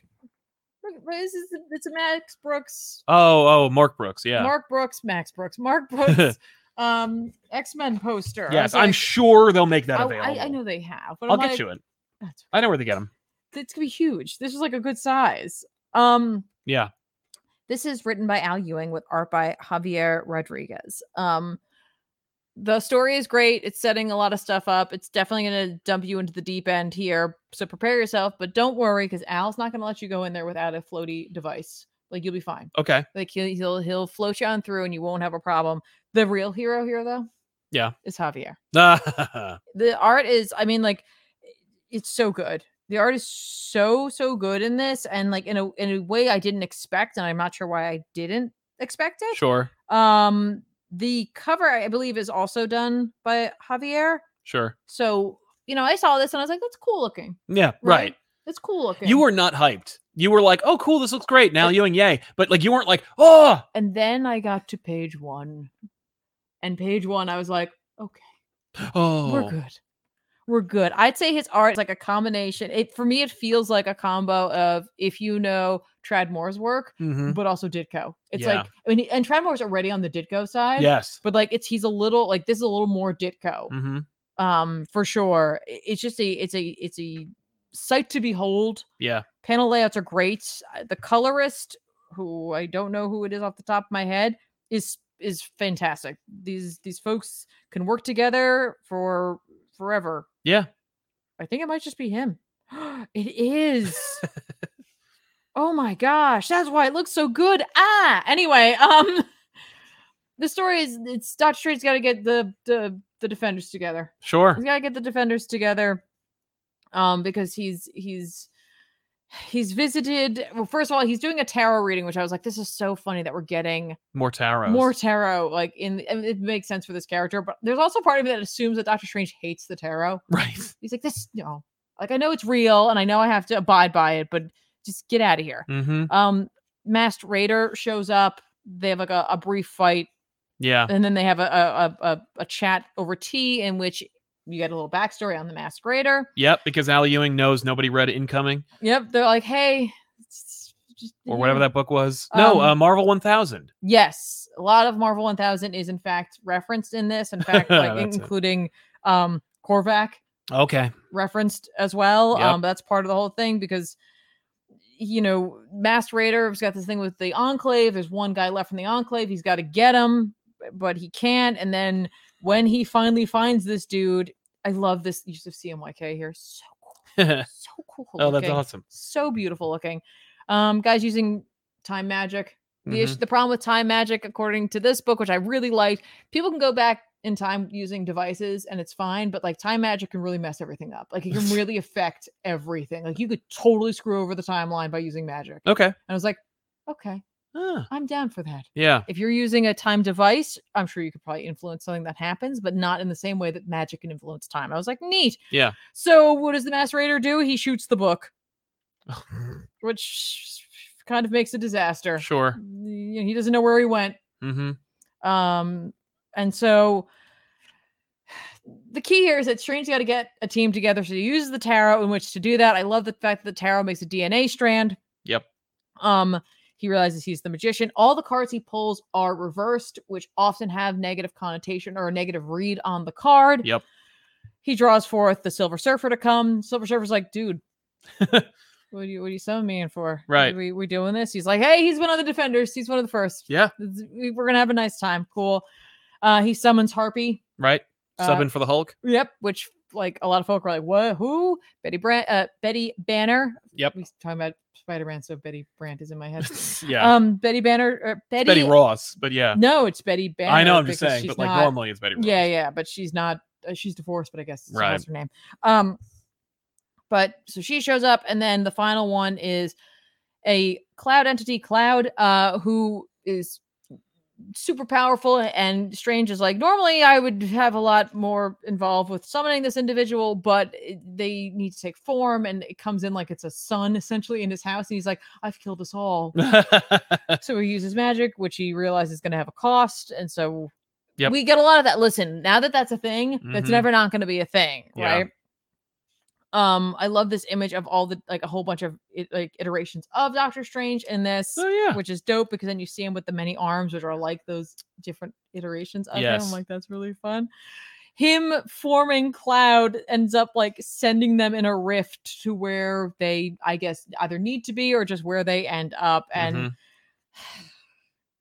Look, This is it's a Max Brooks,
Oh, oh, Mark Brooks. Yeah.
Mark Brooks, Max Brooks, Mark Brooks, um, X Men poster. I
yes,
was
I'm
like,
sure they'll make that
Oh, I,
available.
I, I know they have, but
I'll
I'm
get
like,
you it.
"That's-
I know where to get them.
It's gonna be huge. This is like a good size. Um,
Yeah.
This is written by Al Ewing with art by Javier Rodriguez. Um, the story is great. It's setting a lot of stuff up. It's definitely going to dump you into the deep end here. So prepare yourself, but don't worry because Al's not going to let you go in there without a floaty device. Like you'll be fine.
Okay.
Like he'll he'll, he'll float you on through and you won't have a problem. The real hero here though,
Yeah.
is Javier.
Ah,
The art is, I mean, like it's so good. The art is so so good in this, and like in a in a way I didn't expect, and I'm not sure why I didn't expect it.
sure.
Um, the cover, I believe, is also done by Javier.
Sure.
So, you know, I saw this and I was like, that's cool looking.
Yeah.
Right.
Right.
That's cool looking.
You were not hyped. You were like, oh, cool. This looks great. Now Ewing, yay. But like, you weren't like, oh,
and then I got to page one. And page one, I was like, okay,
oh.
we're good. We're good. I'd say his art is like a combination. It for me, it feels like a combo of if you know Trad Moore's work,
Mhm.
but also Ditko. It's
Yeah.
like I mean, and Trad Moore's already on the Ditko side.
Yes.
But like it's he's a little like this is a little more Ditko.
hmm
um for sure I- it's just a it's a it's a sight to behold
Yeah.
panel layouts are great Uh, the colorist who i don't know who it is off the top of my head is is fantastic these these folks can work together for forever
Yeah.
i think it might just be him it is oh my gosh that's why it looks so good ah anyway um the story is it's dot straight's got to get the the the defenders together
Sure.
He's got to get the defenders together, um, because he's he's he's visited. Well, first of all, he's doing a tarot reading, which I was like, this is so funny that we're getting
More taros.
more tarot. Like in, I mean, it makes sense for this character, but there's also part of me that assumes that Doctor Strange hates the tarot.
right.
He's like, this no, like I know it's real and I know I have to abide by it, but just get out of here.
hmm
Um, Masked Raider shows up. They have like a, a brief fight
Yeah.
and then they have a a, a a a chat over tea in which you get a little backstory on the masquerader.
Yep. Because Al Ewing knows nobody read Incoming
Yep, they're like, hey, s- just,
or
you
whatever
know."
that book was. No, uh,
Um,
Marvel 1000.
Yes, a lot of Marvel 1000 is in fact referenced in this. In fact, like in-
That's it.
including um Korvac
Okay.
referenced as well.
Yep.
Um, that's part of the whole thing because you know Masked Raider's got this thing with the Enclave. There's one guy left from the Enclave. He's got to get him, b- but he can't. And then when he finally finds this dude, I love this use of CMYK here. So cool.
oh,
So cool.
that's
looking,
awesome.
So beautiful looking. Um, guys using time magic. The
Mm-hmm.
issue, the problem with time magic, according to this book, which I really liked, people can go back in time using devices and it's fine, but like time magic can really mess everything up. Like it can really affect everything. Like you could totally screw over the timeline by using magic. And
Mhm. Okay.
I was like, okay,
Ah,
I'm down for that.
yeah.
If you're using a time device, I'm sure you could probably influence something that happens, but not in the same way that magic can influence time. I was like, neat.
Yeah.
So what does the macerator do? He shoots the book, which kind of makes a disaster.
sure.
You know, He doesn't know where he went.
hmm
Um, and so the key here is that Strange got to get a team together. So he uses the tarot in which to do that. I love the fact that the tarot makes a DNA strand.
Yep.
Um, he realizes he's the magician. All the cards he pulls are reversed, which often have negative connotation or a negative read on the card.
Yep.
He draws forth the Silver Surfer to come. Silver Surfer's like, dude, what are you what are you summoning me in for?
Right.
We we doing this? He's like, hey, he's one of the defenders. He's one of the first.
Yeah.
It's- we- We're gonna have a nice time. Cool. Uh, he summons Harpy.
Right. Sub
Uh,
in for the Hulk.
Yep. Which like a lot of folk are like, what? Who? Betty Brant? Uh, Betty Banner.
Yep.
We talking about Spider Man, so Betty Brant is in my head.
yeah.
Um, Betty Banner. Or Betty.
Betty, Ross, but yeah.
No, it's Betty Banner.
I know I'm just
because
saying,
she's
but like
not-
normally it's Betty Ross.
Yeah, yeah, but she's not. Uh, she's divorced, but I guess so
Right.
that's her name. Um, but so she shows up, and then the final one is a cloud entity, Cloud, uh, who is super powerful and strange is like normally i would have a lot more involved with summoning this individual but it- they need to take form and it comes in like it's a sun essentially in his house and he's like i've killed us all so he uses magic which he realizes is going to have a cost and so
Yep.
we get a lot of that listen now that that's a thing that's
Mhm.
never not going to be a thing
Yeah.
right um i love this image of all the like a whole bunch of it, like iterations of doctor strange in this
oh yeah.
which is dope because then you see him with the many arms, which are like those different iterations of him. I'm
Yes.
like, that's really fun. Him forming Cloud ends up like sending them in a rift to where they, I guess, either need to be or just where they end up. And
Mhm.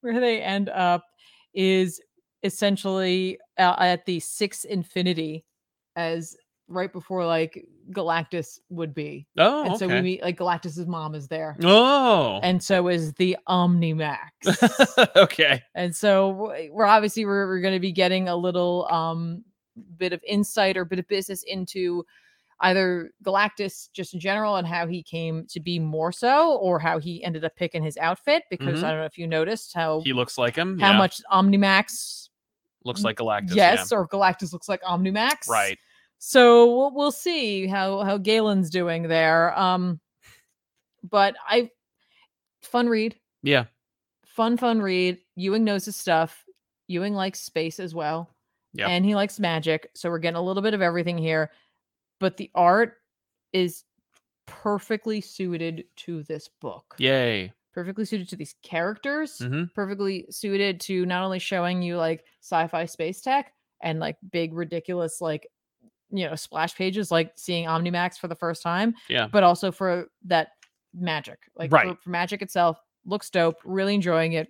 where they end up is essentially uh, at the sixth infinity, as right before like Galactus would be.
oh,
and
okay.
so we meet like Galactus's mom is there
oh.
and so is the Omnimax.
okay.
and so w- we're obviously we're, we're going to be getting a little um bit of insight or bit of business into either Galactus just in general and how he came to be more so or how he ended up picking his outfit because
Mhm.
I don't know if you noticed how
He looks like him.
how
yeah.
much Omnimax
looks like Galactus?
yes or Galactus looks like Omnimax.
Yeah. Right.
So we'll, we'll see how how Galen's doing there. Um but I fun read
Yeah.
fun, fun read. Ewing knows his stuff. Ewing likes space as well.
Yep.
And he likes magic. So we're getting a little bit of everything here. But the art is perfectly suited to this book.
Yay.
Perfectly suited to these characters.
hmm
Perfectly suited to not only showing you like sci-fi space tech and like big ridiculous like you know splash pages like seeing Omnimax for the first time,
Yeah.
but also for that magic. Like for-
Right.
for magic itself, looks dope. Really enjoying it.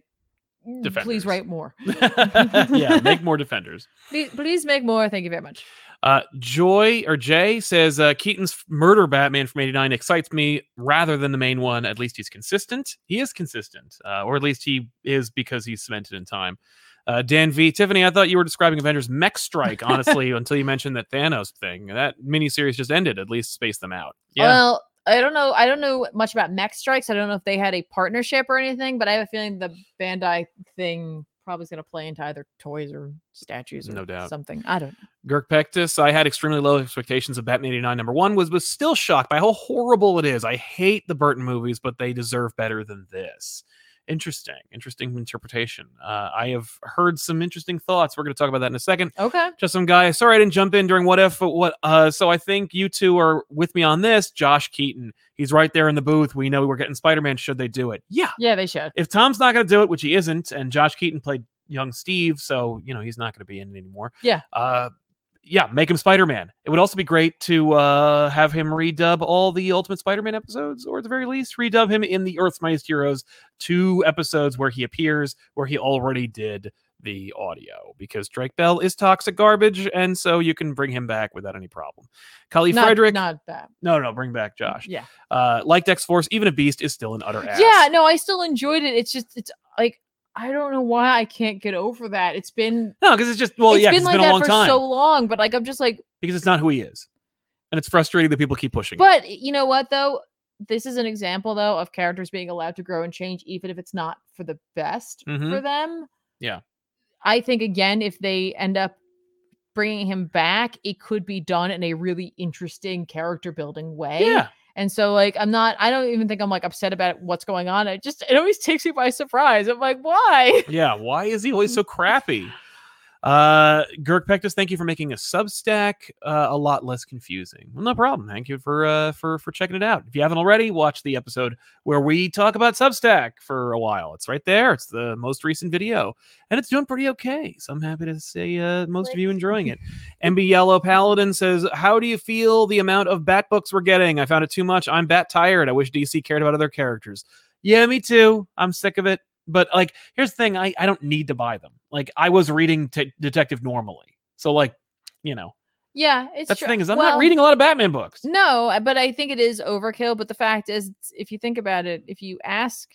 Mm, Please
Defenders.
write more.
yeah. Make more defenders.
Please, please make more. Thank you very much.
Uh, Joy or Jay says uh, Keaton's f- murder Batman from '89 excites me rather than the main one. At least he's consistent. He is consistent, uh, or at least he is because he's cemented in time. Uh, Dan V. Tiffany, I thought you were describing Avengers Mech Strike, honestly, until you mentioned that Thanos thing. That miniseries just ended. At least space them out. Yeah.
Well, I don't know. I don't know much about mech strikes. I don't know if they had a partnership or anything, but I have a feeling the Bandai thing probably is going to play into either toys or statues or
No doubt.
something. I don't know.
Girk Pectus, I had extremely low expectations of Batman 89 number one, was was still shocked by how horrible it is. I hate the Burton movies, but they deserve better than this. Interesting, interesting interpretation. Uh, I have heard some interesting thoughts. We're going to talk about that in a second.
Okay.
Just some guy. Sorry I didn't jump in during what if, but what? Uh, so I think you two are with me on this. Josh Keaton, he's right there in the booth. We know we're getting Spider Man. Should they do it? Yeah,
Yeah, they should.
if Tom's not going to do it, which he isn't, and Josh Keaton played young Steve, so you know he's not going to be in it anymore.
Yeah.
Uh, yeah, make him Spider Man. It would also be great to uh, have him redub all the Ultimate Spider Man episodes, or at the very least, redub him in the Earth's Mightiest Heroes two episodes where he appears, where he already did the audio, because Drake Bell is toxic garbage, and so you can bring him back without any problem. Kali
Not,
Frederick,
not that.
no, no, bring back Josh.
Yeah.
Uh, like Dex Force, even a beast is still an utter ass.
Yeah. No, I still enjoyed it. It's just, it's like, I don't know why I can't get over that. It's been,
No, because it's just well,
it's
yeah, 'cause
been
it's
like
been a
that
long
for
time.
so long, but like, I'm just like,
because it's not who he is, and it's frustrating that people keep pushing. it.
But you know what though? This is an example though of characters being allowed to grow and change even if it's not for the best
Mhm.
for them.
Yeah.
I think again if they end up bringing him back, it could be done in a really interesting character building way.
yeah,
And so like I'm not I don't even think I'm like upset about what's going on. It just it always takes me by surprise. I'm like, "Why?"
yeah. Why is he always so crappy? Uh, Girk Pectus, thank you for making a Substack uh, a lot less confusing. Well, no problem. Thank you for uh, for for checking it out. If you haven't already, watch the episode where we talk about Substack for a while. It's right there. It's the most recent video, and it's doing pretty okay. So I'm happy to see uh, most of you enjoying it. MB Yellow Paladin says, "How do you feel the amount of Bat books we're getting? I found it too much. I'm Bat tired. I wish DC cared about other characters. Yeah, me too. I'm sick of it. But like, here's the thing: I I don't need to buy them. Like, I was reading te- Detective normally, so like, you know,
Yeah, it's
that's
true.
the thing is, I'm
Well-
not reading a lot of Batman books.
No, I- but I think it is overkill. But the fact is, if you think about it, if you ask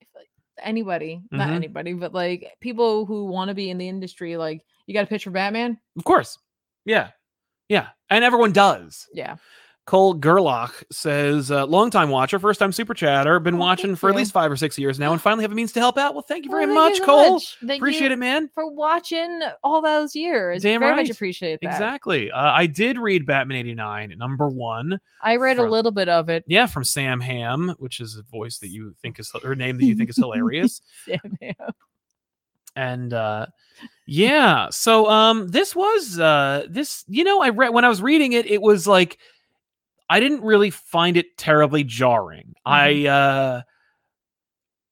if, like, anybody, not
Mhm.
anybody, but like people who want to be in the industry, like you got a pitch for Batman?
Of course, yeah, yeah, and everyone does.
Yeah.
Cole Gerlach says, uh, longtime watcher, first time super chatter, been
Oh,
watching
thank
for at
you.
least five or six years now, and finally have a means to help out. Well, thank you
Well,
very
thank
much,
so
Cole.
much. Thank
Appreciate
you
it, man.
for watching all those years.
Damn
Very
right.
much appreciate that.
Exactly. Uh, I did read Batman 89, number one.
I read
From-
a little bit of it.
Yeah, from Sam Ham, which is a voice that you think is, or name that you think is hilarious.
Sam Ham.
and uh yeah so um this was uh this you know i read when i was reading it it was like i didn't really find it terribly jarring i uh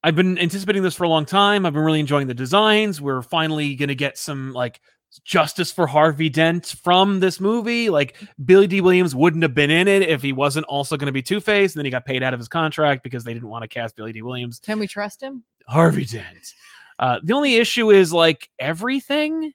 i've been anticipating this for a long time i've been really enjoying the designs we're finally gonna get some like justice for harvey dent from this movie like billy d williams wouldn't have been in it if he wasn't also going to be two-faced and then he got paid out of his contract because they didn't want to cast billy d williams
Can we trust him?
Harvey Dent. Uh, the only issue is like everything.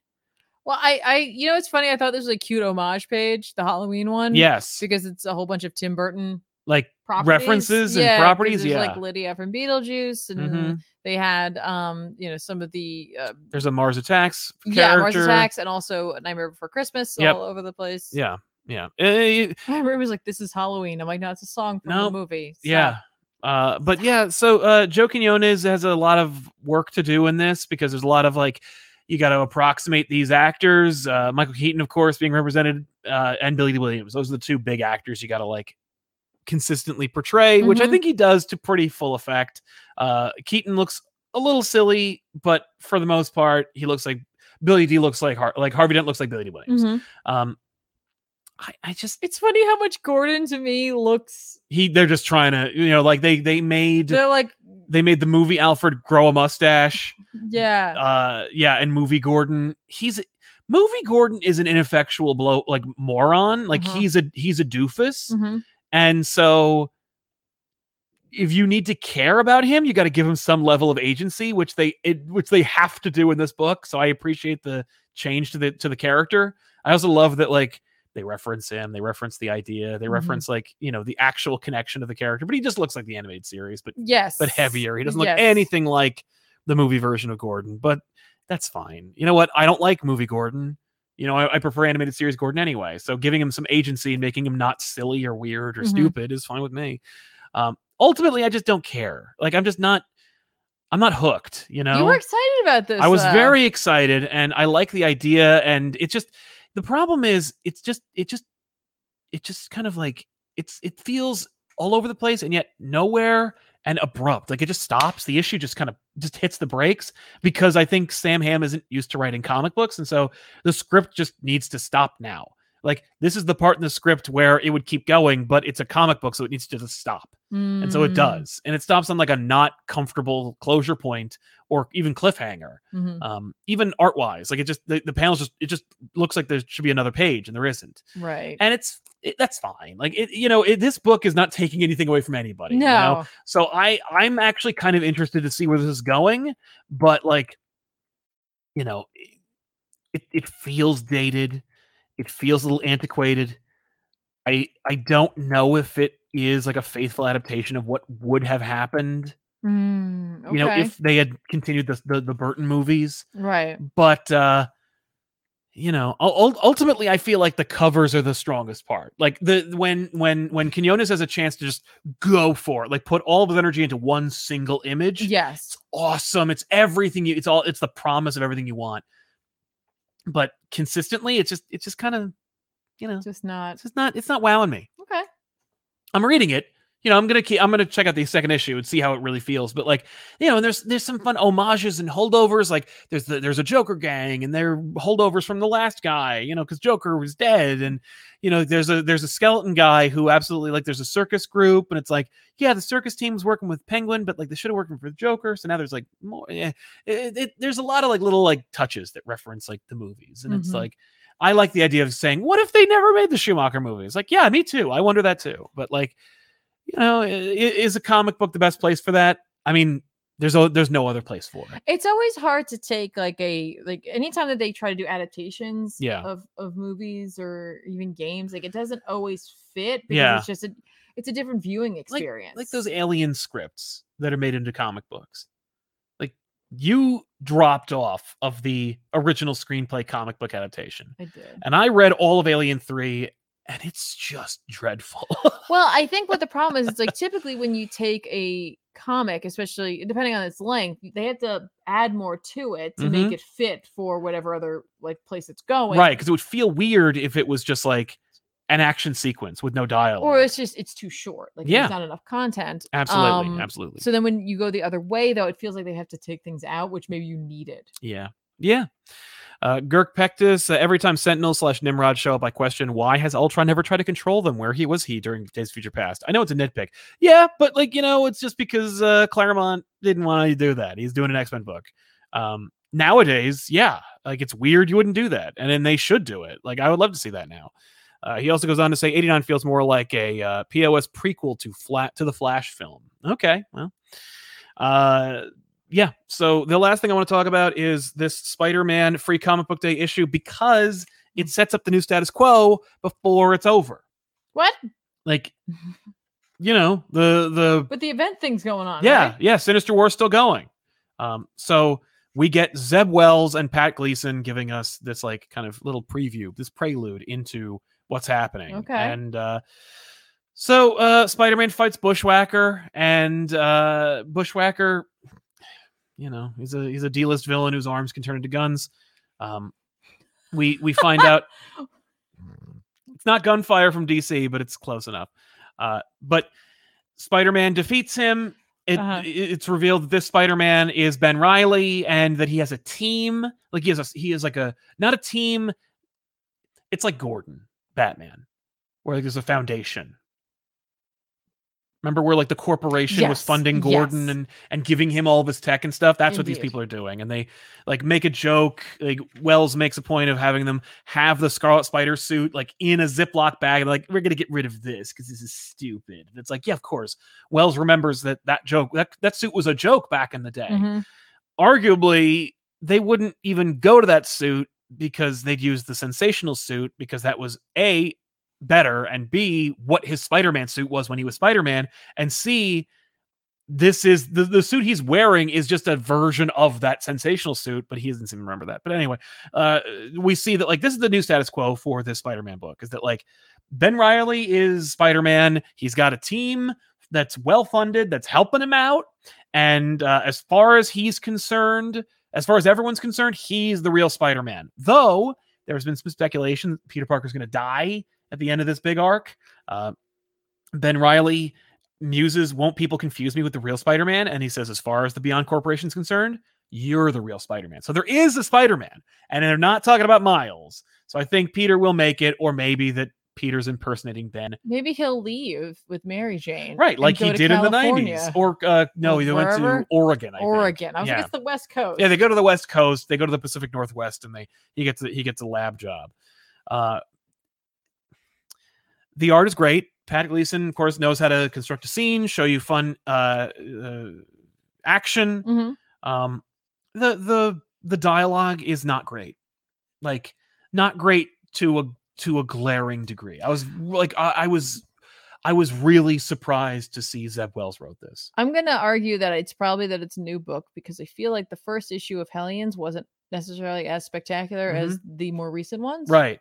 Well, I, I, you know, it's funny. I thought this was a cute homage page, the Halloween one.
Yes,
because it's a whole bunch of Tim Burton
like
properties.
references and
'cause
properties.
there's,
Yeah,
like Lydia from Beetlejuice, and
Mhm.
they had, um, you know, some of the uh,
there's a Mars Attacks character.
yeah Mars Attacks, and also Nightmare Before Christmas,
Yep.
all over the place.
Yeah, yeah, Eh,
I remember it was like, "This is Halloween." I'm like, "No, it's a song from
No.
the movie."
yeah. Uh, but yeah, so uh, Joe Quinones has a lot of work to do in this because there's a lot of like you got to approximate these actors. Uh, Michael Keaton, of course, being represented, uh, and Billy D. Williams. Those are the two big actors you got to like consistently portray, which I
Mhm.
think he does to pretty full effect. Uh, Keaton looks a little silly, but for the most part, he looks like Billy D. looks like Har- like Harvey Dent looks like Billy D.
So-
Williams.
Mhm.
Um, I, I just
It's funny how much Gordon to me looks.
he they're just trying to you know like they they made
They're like,
they made the movie Alfred grow a mustache.
yeah,
Uh yeah, and movie Gordon. He's movie Gordon is an ineffectual blow like moron. Like
Mhm.
he's a he's a doofus.
Mhm.
And so if you need to care about him, you got to give him some level of agency, which they it, which they have to do in this book. So I appreciate the change to the to the character. I also love that like they reference him, they reference the idea, they
Mhm.
reference like, you know, the actual connection to the character, but he just looks like the animated series, but
yes,
but heavier. He doesn't look
Yes.
anything like the movie version of Gordon, but that's fine. You know what? I don't like movie Gordon. You know, I, I prefer animated series Gordon anyway. So giving him some agency and making him not silly or weird or
Mhm.
stupid is fine with me. Um, ultimately, I just don't care. Like I'm just not. I'm not hooked. You know.
You were excited about this. uh,
I was
though.
very excited and I like the idea and it just the problem is it's just it just it just kind of like it's it feels all over the place and yet nowhere and abrupt. Like it just stops. The issue just kind of just hits the brakes because I think Sam Ham isn't used to writing comic books and so the script just needs to stop now. Like this is the part in the script where it would keep going, but it's a comic book, so it needs to just stop and so it
Mm,
does and it stops on like a not comfortable closure point or even cliffhanger
mhm,
um even art wise like it just the, the panels just it just looks like there should be another page and there isn't
Right.
and it's it, that's fine like it you know it, this book is not taking anything away from anybody you know?
No.
so i i'm actually kind of interested to see where this is going but like you know it, it feels dated it feels a little antiquated i i don't know if it is like a faithful adaptation of what would have happened
Mm,
you know
okay.
if they had continued the the, the burton movies
right.
but uh you know ul- ul- ultimately i feel like the covers are the strongest part like the when when when quinones has a chance to just go for it like put all of his energy into one single image
Yes.
awesome it's everything you it's all it's the promise of everything you want but consistently it's just it's just kind of you know
Just not
it's just not it's not wowing me
okay.
I'm reading it. You know, I'm gonna keep, I'm gonna check out the second issue and see how it really feels. But like, you know, and there's there's some fun homages and holdovers. Like there's the, there's a Joker gang and they're holdovers from the last guy. You know, because Joker was dead, and you know there's a there's a skeleton guy who absolutely like there's a circus group, and it's like yeah, the circus team's working with Penguin, but like they should have worked for the Joker. So now there's like more. Yeah, it, it- there's a lot of like little like touches that reference like the movies, and it's
Mhm.
like I like the idea of saying, what if they never made the Schumacher movies? Like, yeah, me too. I wonder that too. But like, you know, i- i- is a comic book the best place for that? I mean, there's o- there's no other place for it.
It's always hard to take like a like anytime that they try to do adaptations
Yeah.
of of movies or even games, like it doesn't always fit because
Yeah.
it's just a it's a different viewing experience.
Like those alien scripts that are made into comic books. Like you dropped off of the original screenplay comic book adaptation.
I did.
And I read all of Alien 3 and it's just dreadful.
Well, I think what the problem is, it's like typically when you take a comic, especially depending on its length, they have to add more to it to make
Mhm.
it fit for whatever other like place it's going.
right, because it would feel weird if it was just like an action sequence with no dialogue.
Or it's just it's too short. Like
Yeah.
there's not enough content.
absolutely,
um,
absolutely.
So then when you go the other way though, it feels like they have to take things out, which maybe you needed.
Yeah. Yeah. Uh, Girk Pectus, uh, every time Sentinel slash Nimrod show up, I question why has Ultron never tried to control them? Where he was he during Days of Future Past? I know it's a nitpick. Yeah, but like, you know, it's just because uh, Claremont didn't want to do that. He's doing an X Men book. Um, nowadays, yeah, like it's weird you wouldn't do that. And then they should do it. Like, I would love to see that now. Uh, he also goes on to say 89 feels more like a uh, POS prequel to flat to the Flash film. Okay, well. Uh, yeah. So the last thing I want to talk about is this Spider-Man free comic book day issue because it sets up the new status quo before it's over.
What?
Like, you know, the the
But the event thing's going on.
yeah,
right?
yeah. Sinister War's still going. Um, so we get Zeb Wells and Pat Gleason giving us this like kind of little preview, this prelude into what's happening.
Okay.
And uh, so uh, Spider-Man fights Bushwhacker, and uh, Bushwhacker, you know, he's a he's a D-list villain whose arms can turn into guns. Um, we we find out it's not gunfire from DC, but it's close enough. Uh, but Spider-Man defeats him. It,
Uh-huh.
i- It's revealed that this Spider-Man is Ben Riley, and that he has a team. Like he has a he is like a not a team. It's like Gordon Batman, where like, there's a foundation. Remember where like the corporation was
Yes,
funding Gordon
yes.
and and giving him all of his tech and stuff. That's what these
Indeed.
people are doing, and they like make a joke. Like Wells makes a point of having them have the Scarlet Spider suit like in a Ziploc bag, and like we're gonna get rid of this because this is stupid. And it's like, yeah, of course. Wells remembers that that joke that that suit was a joke back in the day.
Mhm.
Arguably, they wouldn't even go to that suit because they'd use the sensational suit because that was a better and b what his Spider-Man suit was when he was Spider-Man and c this is the, the suit he's wearing is just a version of that sensational suit, but he doesn't even remember that. But anyway, uh, we see that like this is the new status quo for this Spider-Man book is that like Ben Riley is Spider-Man. He's got a team that's well funded that's helping him out, and uh, as far as he's concerned, as far as everyone's concerned, he's the real Spider-Man. Though there's been some speculation that Peter Parker's going to die at the end of this big arc. Uh, ben Riley muses, "Won't people confuse me with the real Spider-Man?" And he says, "As far as the Beyond Corporation's concerned." You're the real Spider-Man. So there is a Spider-Man, and they're not talking about Miles. So I think Peter will make it, or maybe that Peter's impersonating Ben.
Maybe he'll leave with Mary Jane.
Right,
and
like he
go to
did
California,
in the 90s. Or uh, no,
Or
they went to
wherever?
Oregon, I think.
Oregon. I was
Yeah.
like, it's the West Coast.
Yeah, they go to the West Coast. They go to the Pacific Northwest, and they he gets a, he gets a lab job. Uh, the art is great. Pat Gleason, of course, knows how to construct a scene, show you fun uh, uh, action.
Mhm.
Um, the the the dialogue is not great, like not great to a to a glaring degree. I was like, I, I was. I was really surprised to see Zeb Wells wrote this.
I'm gonna argue that it's probably that it's a new book because I feel like the first issue of Hellions wasn't necessarily as spectacular as the more recent ones.
Mm-hmm. Right.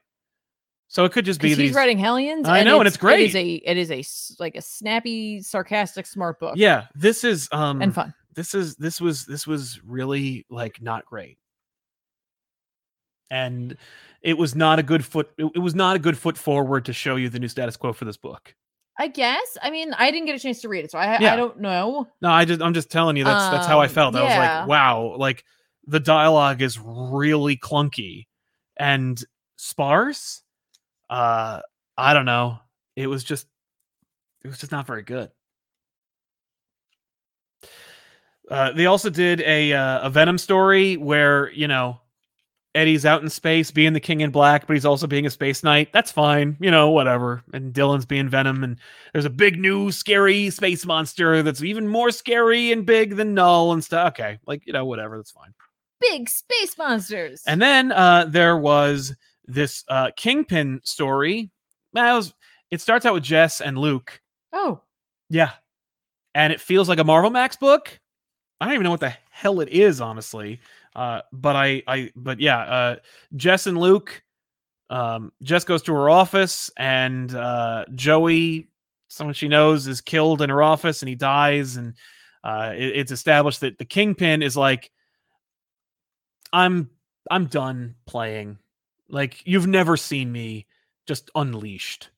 So it could just be
Because he's
these
writing Hellions.
I know, and it's
It is
great.
a it is a s- like a snappy, sarcastic, smart book.
Yeah, this is um
and fun.
this is this was this was really like not great. And it was not a good foot it, it was not a good foot forward to show you the new status quo for this book.
I guess. I mean, I didn't get a chance to read it, so I
Yeah.
I don't know.
No, I just I'm just telling you that's that's how I
Um,
felt. I was
yeah.
like, wow, like the dialogue is really clunky and sparse. Uh I don't know. It was just it was just not very good. Uh, they also did a uh, a Venom story where you know Eddie's out in space being the King in Black, but he's also being a space knight. That's fine, you know, whatever. And Dylan's being Venom, and there's a big new scary space monster that's even more scary and big than Null and stuff. Okay, like you know, whatever. That's fine.
Big space monsters.
And then uh, there was this uh, Kingpin story. Well, it was- it starts out with Jess and Luke,
oh,
yeah. And it feels like a Marvel Max book. I don't even know what the hell it is, honestly. Uh, but I, I, but yeah, uh, Jess and Luke Um, Jess goes to her office, and uh, Joey, someone she knows, is killed in her office, and he dies. And uh, it- it's established that the kingpin is like, "I'm I'm done playing. Like you've never seen me just unleashed.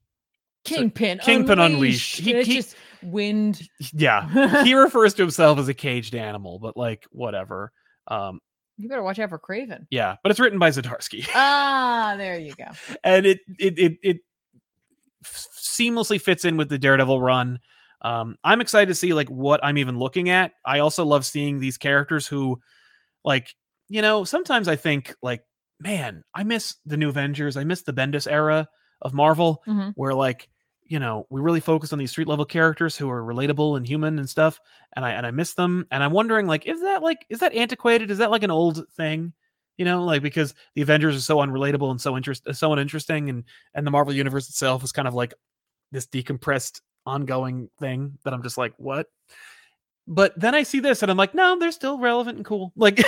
Kingpin,
Kingpin Unleashed. He-
He,
he-
just wind.
Yeah, he refers to himself as a caged animal, but like whatever. Um,
you better watch out for Craven.
yeah, but it's written by Zadarsky.
Ah, there you go.
and it it it, it f- seamlessly fits in with the Daredevil run. Um, I'm excited to see like what I'm even looking at. I also love seeing these characters who, like, you know, sometimes I think like, man, I miss the New Avengers. I miss the Bendis era of Marvel,
Mhm.
where like, you know, we really focused on these street level characters who are relatable and human and stuff. And I and I miss them. And I'm wondering like, is that like is that antiquated? Is that like an old thing? You know, like because the Avengers are so unrelatable and so interest so uninteresting, and and the Marvel universe itself is kind of like this decompressed ongoing thing that I'm just like, what? But then I see this and I'm like, no, they're still relevant and cool. Like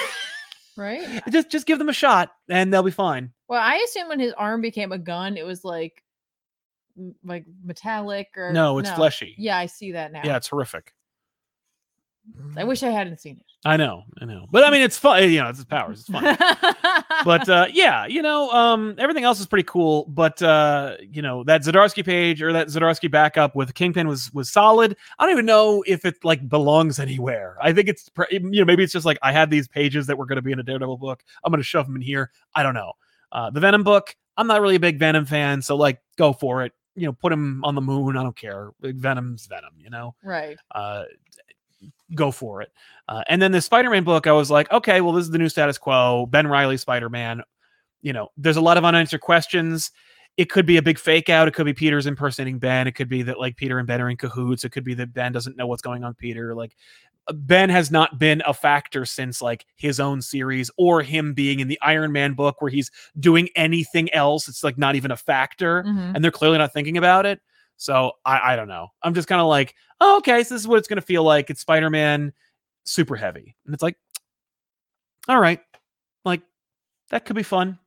Right.
just just give them a shot and they'll be fine.
Well, I assume when his arm became a gun, it was like, m- like metallic or
No, it's fleshy.
Yeah, I see that now.
Yeah, it's horrific.
I wish I hadn't seen it.
I know, I know. But I mean it's fun, you know, it's his powers, it's fun. but uh, yeah, you know, um, everything else is pretty cool. But uh, you know, that Zadarsky page or that Zadarsky backup with Kingpin was was solid. I don't even know if it like belongs anywhere. I think it's pr- you know maybe it's just like I had these pages that were going to be in a Daredevil book. I'm going to shove them in here. I don't know. Uh, the Venom book. I'm not really a big Venom fan, so like go for it. You know, put him on the moon. I don't care. Like, Venom's Venom. You know
right.
uh, go for it. Uh, and then the Spider-Man book, I was like, okay, well, this is the new status quo. Ben Riley Spider-Man. You know, there's a lot of unanswered questions. It could be a big fake out. It could be Peter's impersonating Ben. It could be that like Peter and Ben are in cahoots. It could be that Ben doesn't know what's going on with Peter. Like uh, Ben has not been a factor since like his own series or him being in the Iron Man book where he's doing anything else. It's like not even a factor
Mhm.
and they're clearly not thinking about it. So I, I don't know. I'm just kind of like, oh, okay, so this is what it's going to feel like. It's Spider Man, super heavy, and it's like, all right, like that could be fun.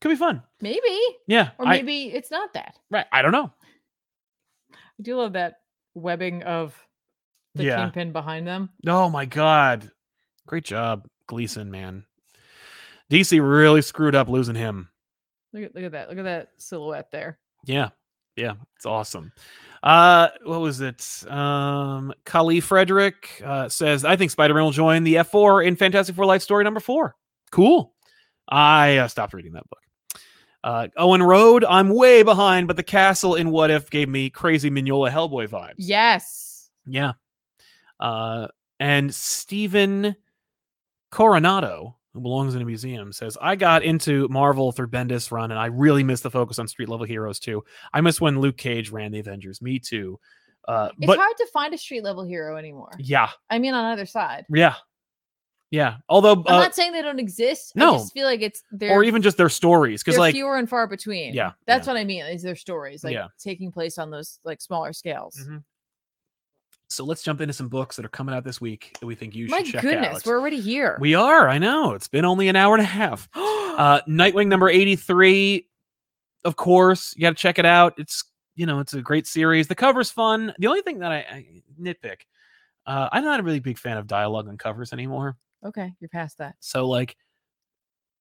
Could be fun.
Maybe,
Yeah.
or
I,
maybe it's not that.
right. I don't know.
I do love that webbing of the
Yeah.
kingpin behind them.
Oh my god, great job, Gleason, man. DC really screwed up losing him.
Look at look at that. Look at that silhouette there.
Yeah. Yeah, it's awesome. Uh what was it? Um Kali Frederick uh says I think Spider-Man will join the F4 in Fantastic Four Life Story number 4. Cool. I uh, stopped reading that book. Uh Owen Road, I'm way behind, but the castle in What If gave me crazy Mignola Hellboy vibes.
Yes.
Yeah. Uh, and Stephen Coronado, who belongs in a museum, says, I got into Marvel through Bendis run, and I really miss the focus on street level heroes too. I miss when Luke Cage ran the Avengers. Me too. Uh,
It's
but
hard to find a street level hero anymore.
yeah,
I mean, on either side.
yeah, yeah. Although,
I'm
uh,
not saying they don't exist.
no.
I just feel like it's they're,
or even just their stories, because
they're
like,
fewer and far between.
Yeah,
That's what I mean. Is their stories like
Yeah.
taking place on those like smaller scales.
Mhm. so let's jump into some books that are coming out this week that we think you should
My
check
goodness,
out.
we're already here.
We are, I know. It's been only an hour and a half. uh nightwing number 83 of course you gotta check it out it's you know it's a great series the cover's fun the only thing that i, I nitpick uh i'm not a really big fan of dialogue on covers anymore
okay, you're past that.
so like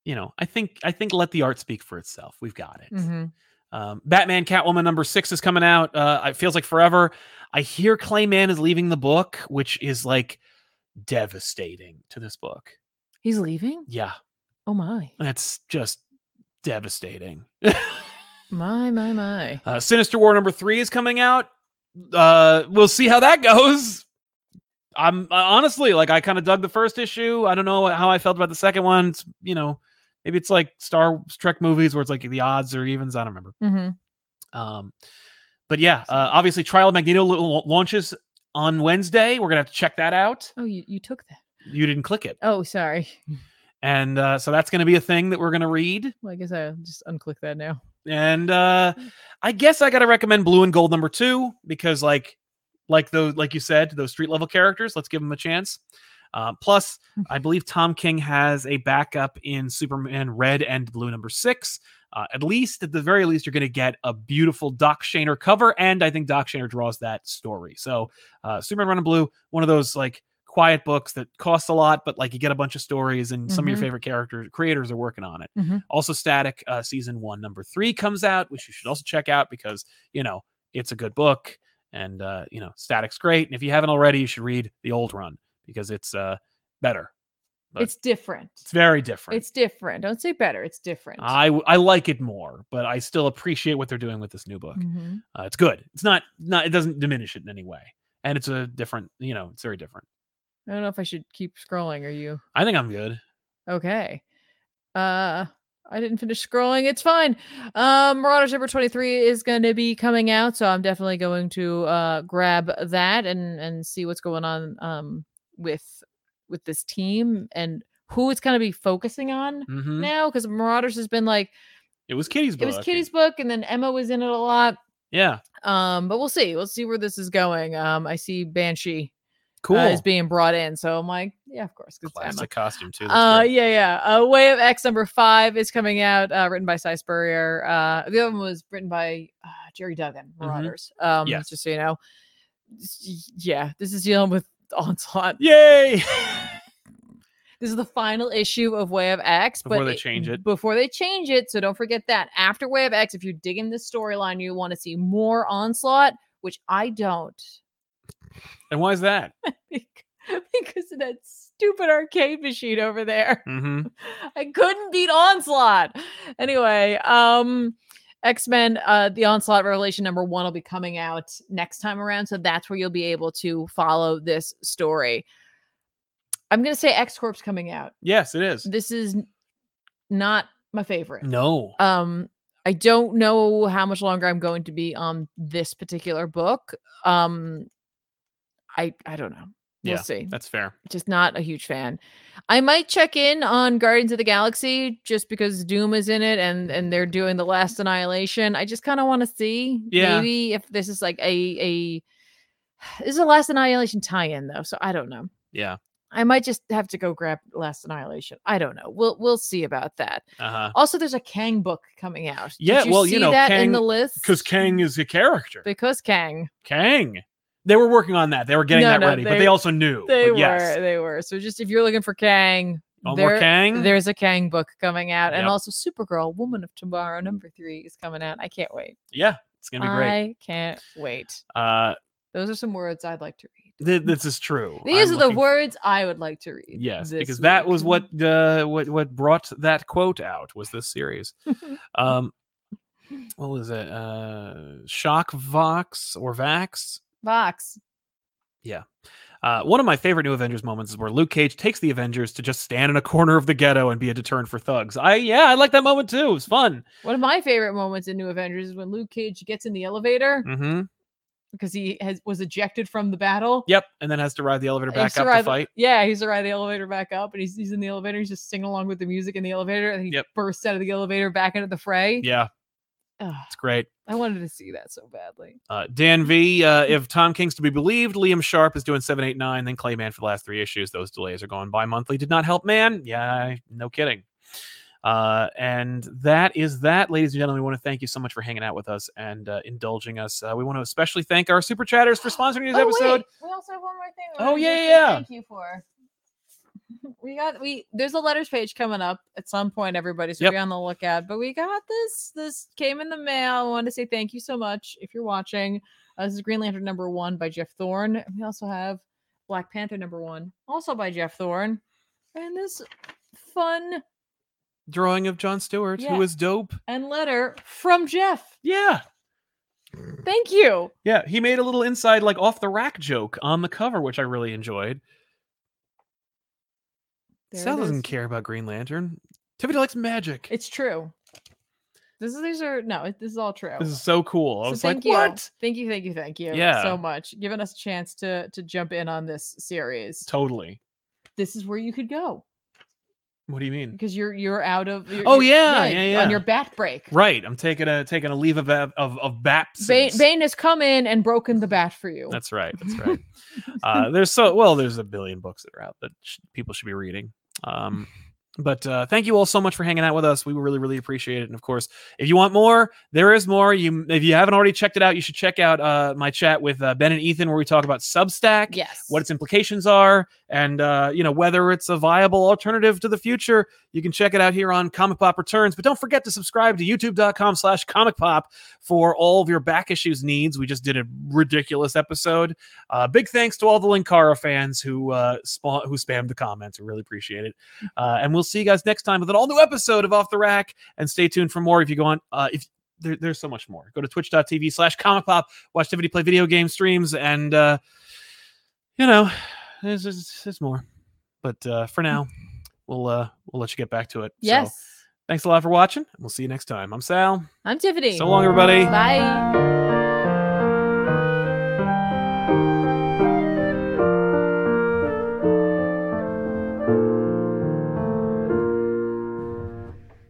you know i think i think let the art speak for itself we've got it
Mhm.
um, Batman Catwoman number six is coming out. Uh, it feels like forever. I hear Clayman is leaving the book, which is like devastating to this book.
He's leaving.
Yeah,
Oh my,
that's just devastating.
my, my, my.
Uh, Sinister War number three is coming out. Uh, we'll see how that goes. I'm uh, honestly like I kind of dug the first issue. I don't know how I felt about the second one. It's, you know, maybe it's like Star Trek movies where it's like the odds or evens. I don't remember.
hmm
Um, but yeah, uh, obviously Trial of Magneto la- la- launches on Wednesday. We're gonna have to check that out.
Oh, you you took that.
You didn't click it,
Oh, sorry.
and uh, so that's gonna be a thing that we're gonna read.
Well, I guess I'll just unclick that now.
And uh I guess I gotta recommend blue and gold number two because like like those like you said, those street level characters, let's give them a chance. Uh, plus, I believe Tom King has a backup in Superman Red and Blue number six. Uh, at least, at the very least, you're going to get a beautiful Doc Shaner cover, and I think Doc Shaner draws that story. So, uh, Superman Run and Blue, one of those like quiet books that cost a lot, but like you get a bunch of stories, and some of your
Mhm.
favorite characters, creators are working on it.
Mhm.
Also, Static uh, season one, number three comes out, which you should also check out because you know it's a good book, and uh, you know Static's great. And if you haven't already, you should read the old run because it's uh, better. But-
it's different.
It's very different.
It's different. Don't say better. It's different.
I w- I like it more, but I still appreciate what they're doing with this new book.
Mhm.
Uh, it's good. It's not not it doesn't diminish it in any way, and it's a different. You know, it's very different.
I don't know if I should keep scrolling. Are you
I think I'm good.
okay? Uh, I didn't finish scrolling. It's fine. Um, Marauders number twenty three is going to be coming out, so I'm definitely going to uh grab that and and see what's going on um with with this team and who it's going to be focusing on
hmm
now because Marauders has been like
It was Kitty's
it
book.
was Kitty's book and then Emma was in it a lot.
Yeah,
Um, but we'll see. We'll see where this is going. Um, I see Banshee
cool.
uh, is being brought in. So I'm like, yeah, of course. 'cause it's Emma.
Classic costume too. that's
Uh,
great.
yeah, yeah. Uh, Way of X number five is coming out, uh, written by Cy Spurrier. Uh, the other one was written by uh, Jerry Duggan, Marauders. Um,
Mm-hmm. Yes.
just so you know, S- yeah, this is dealing with Onslaught.
Yay!
This is the final issue of Way of X,
Before
but
they change it.
Before they change it, so don't forget that after Way of X, if you dig in this storyline, you want to see more Onslaught, which I don't.
and why is that?
bec- because of that stupid arcade machine over there.
Mm-hmm.
I couldn't beat Onslaught. Anyway, um X-Men uh the Onslaught Revelation number 1 will be coming out next time around, so that's where you'll be able to follow this story. I'm going to say X-Corp's coming out.
Yes, it is.
This is n- not my favorite.
No.
Um I don't know how much longer I'm going to be on this particular book. Um I I don't know. We'll
Yeah.
see
That's fair.
just not a huge fan. I might check in on Guardians of the Galaxy just because Doom is in it and and they're doing the Last Annihilation. I just kind of want to see
Yeah.
maybe if this is like a a this is a Last Annihilation tie-in though, so I don't know.
Yeah.
I might just have to go grab Last Annihilation. I don't know. We'll we'll see about that.
Uh huh.
Also, there's a Kang book coming out. Did
Yeah, well, you
see
know,
that
Kang-
in the list
Because
hmm.
Kang is a character.
because Kang.
Kang. They were working on that. They were getting
No,
that
no,
ready, but
they-
they also knew.
They
but yes.
were, they were. So just if you're looking for Kang,
Oh, more
there-
Kang.
There's a Kang book coming out, and
Yep.
also Supergirl, Woman of Tomorrow, number three is coming out. I can't wait.
Yeah, it's gonna be great.
I can't wait.
Uh,
Those are some words I'd like to read.
th- this is true.
These
I'm
are the
looking-
words I would like to read.
Yes,
this
because that
week.
was what uh, what what brought that quote out was this series. um, what was it? Uh, Shock Vox or Vax?
Vox.
Uh, one of my favorite New Avengers moments is where Luke Cage takes the Avengers to just stand in a corner of the ghetto and be a deterrent for thugs. I yeah, I like that moment too. It was fun.
One of my favorite moments in New Avengers is when Luke Cage gets in the elevator
hmm
because he has was ejected from the battle.
Yep, and then has to ride the elevator
He has
back up
ride
to
the-
fight.
yeah, he's to ride the elevator back up, and he's, he's in the elevator. He's just singing along with the music in the elevator, and he
Yep.
bursts out of the elevator back into the fray.
Yeah,
Ugh,
it's great.
I wanted to see that so badly.
Uh, Dan V, uh, if Tom King's to be believed, Liam Sharp is doing 789, then Clayman for the last three issues. Those delays are going bi monthly. Did not help, man. Yeah, I- no kidding. Uh, and that is that, ladies and gentlemen. We want to thank you so much for hanging out with us and uh, indulging us. Uh, we want to especially thank our super chatters for sponsoring this
Oh,
episode.
Wait. We also have one more thing.
Oh,
we're gonna
yeah,
say
yeah, yeah.
Thank you for. We got we there's a letters page coming up at some point, everybody. So
Yep.
be on the lookout. But we got this. This came in the mail. I want to say thank you so much if you're watching. Uh, this is Green Lantern number one by Jeff Thorne. We also have Black Panther number one, also by Jeff Thorne. And this fun
Drawing of John Stewart,
Yeah.
who is dope.
and letter from Jeff.
Yeah.
Thank you.
Yeah. He made a little inside, like off the rack joke on the cover, which I really enjoyed.
There it
Sal
is.
doesn't care about Green Lantern. Tiffany likes magic.
It's true. This is these are no, it- this is all true.
This is so cool. I
So
was
thank
like,
you.
what?
Thank you, thank you, thank you
Yeah.
so much. Giving us a chance to to jump in on this series.
Totally.
This is where you could go
What do you mean?
because you're you're out of you're-
Oh,
you're-
yeah, yeah,
on
yeah.
your bat break.
Right. I'm taking a taking a leave of ab- of of baps.
Bane, Bane has come in and broken the bat for you.
That's right. That's right. uh, there's so well. There's a billion books that are out that sh- people should be reading. Um, But uh, thank you all so much for hanging out with us. We really, really appreciate it. And of course, if you want more, there is more. You, if you haven't already checked it out, you should check out uh, my chat with uh, Ben and Ethan, where we talk about Substack,
Yes.
what its implications are, and uh, you know whether it's a viable alternative to the future. You can check it out here on Comic Pop Returns. But don't forget to subscribe to YouTube.com/slash Comic Pop for all of your back issues needs. We just did a ridiculous episode. Uh, big thanks to all the Linkara fans who uh, spawn who spammed the comments. We really appreciate it. Uh, and we'll see you guys next time with an all new episode of Off the Rack. And stay tuned for more. If you go on, uh, if there, there's so much more, go to twitch.tv slash comic pop, watch Tiffany play video game streams, and uh, you know, there's, there's, there's more. But uh, for now, we'll uh, we'll let you get back to it.
Yes.
So, thanks a lot for watching. and We'll see you next time. I'm Sal.
I'm Tiffany.
So long, everybody.
Bye.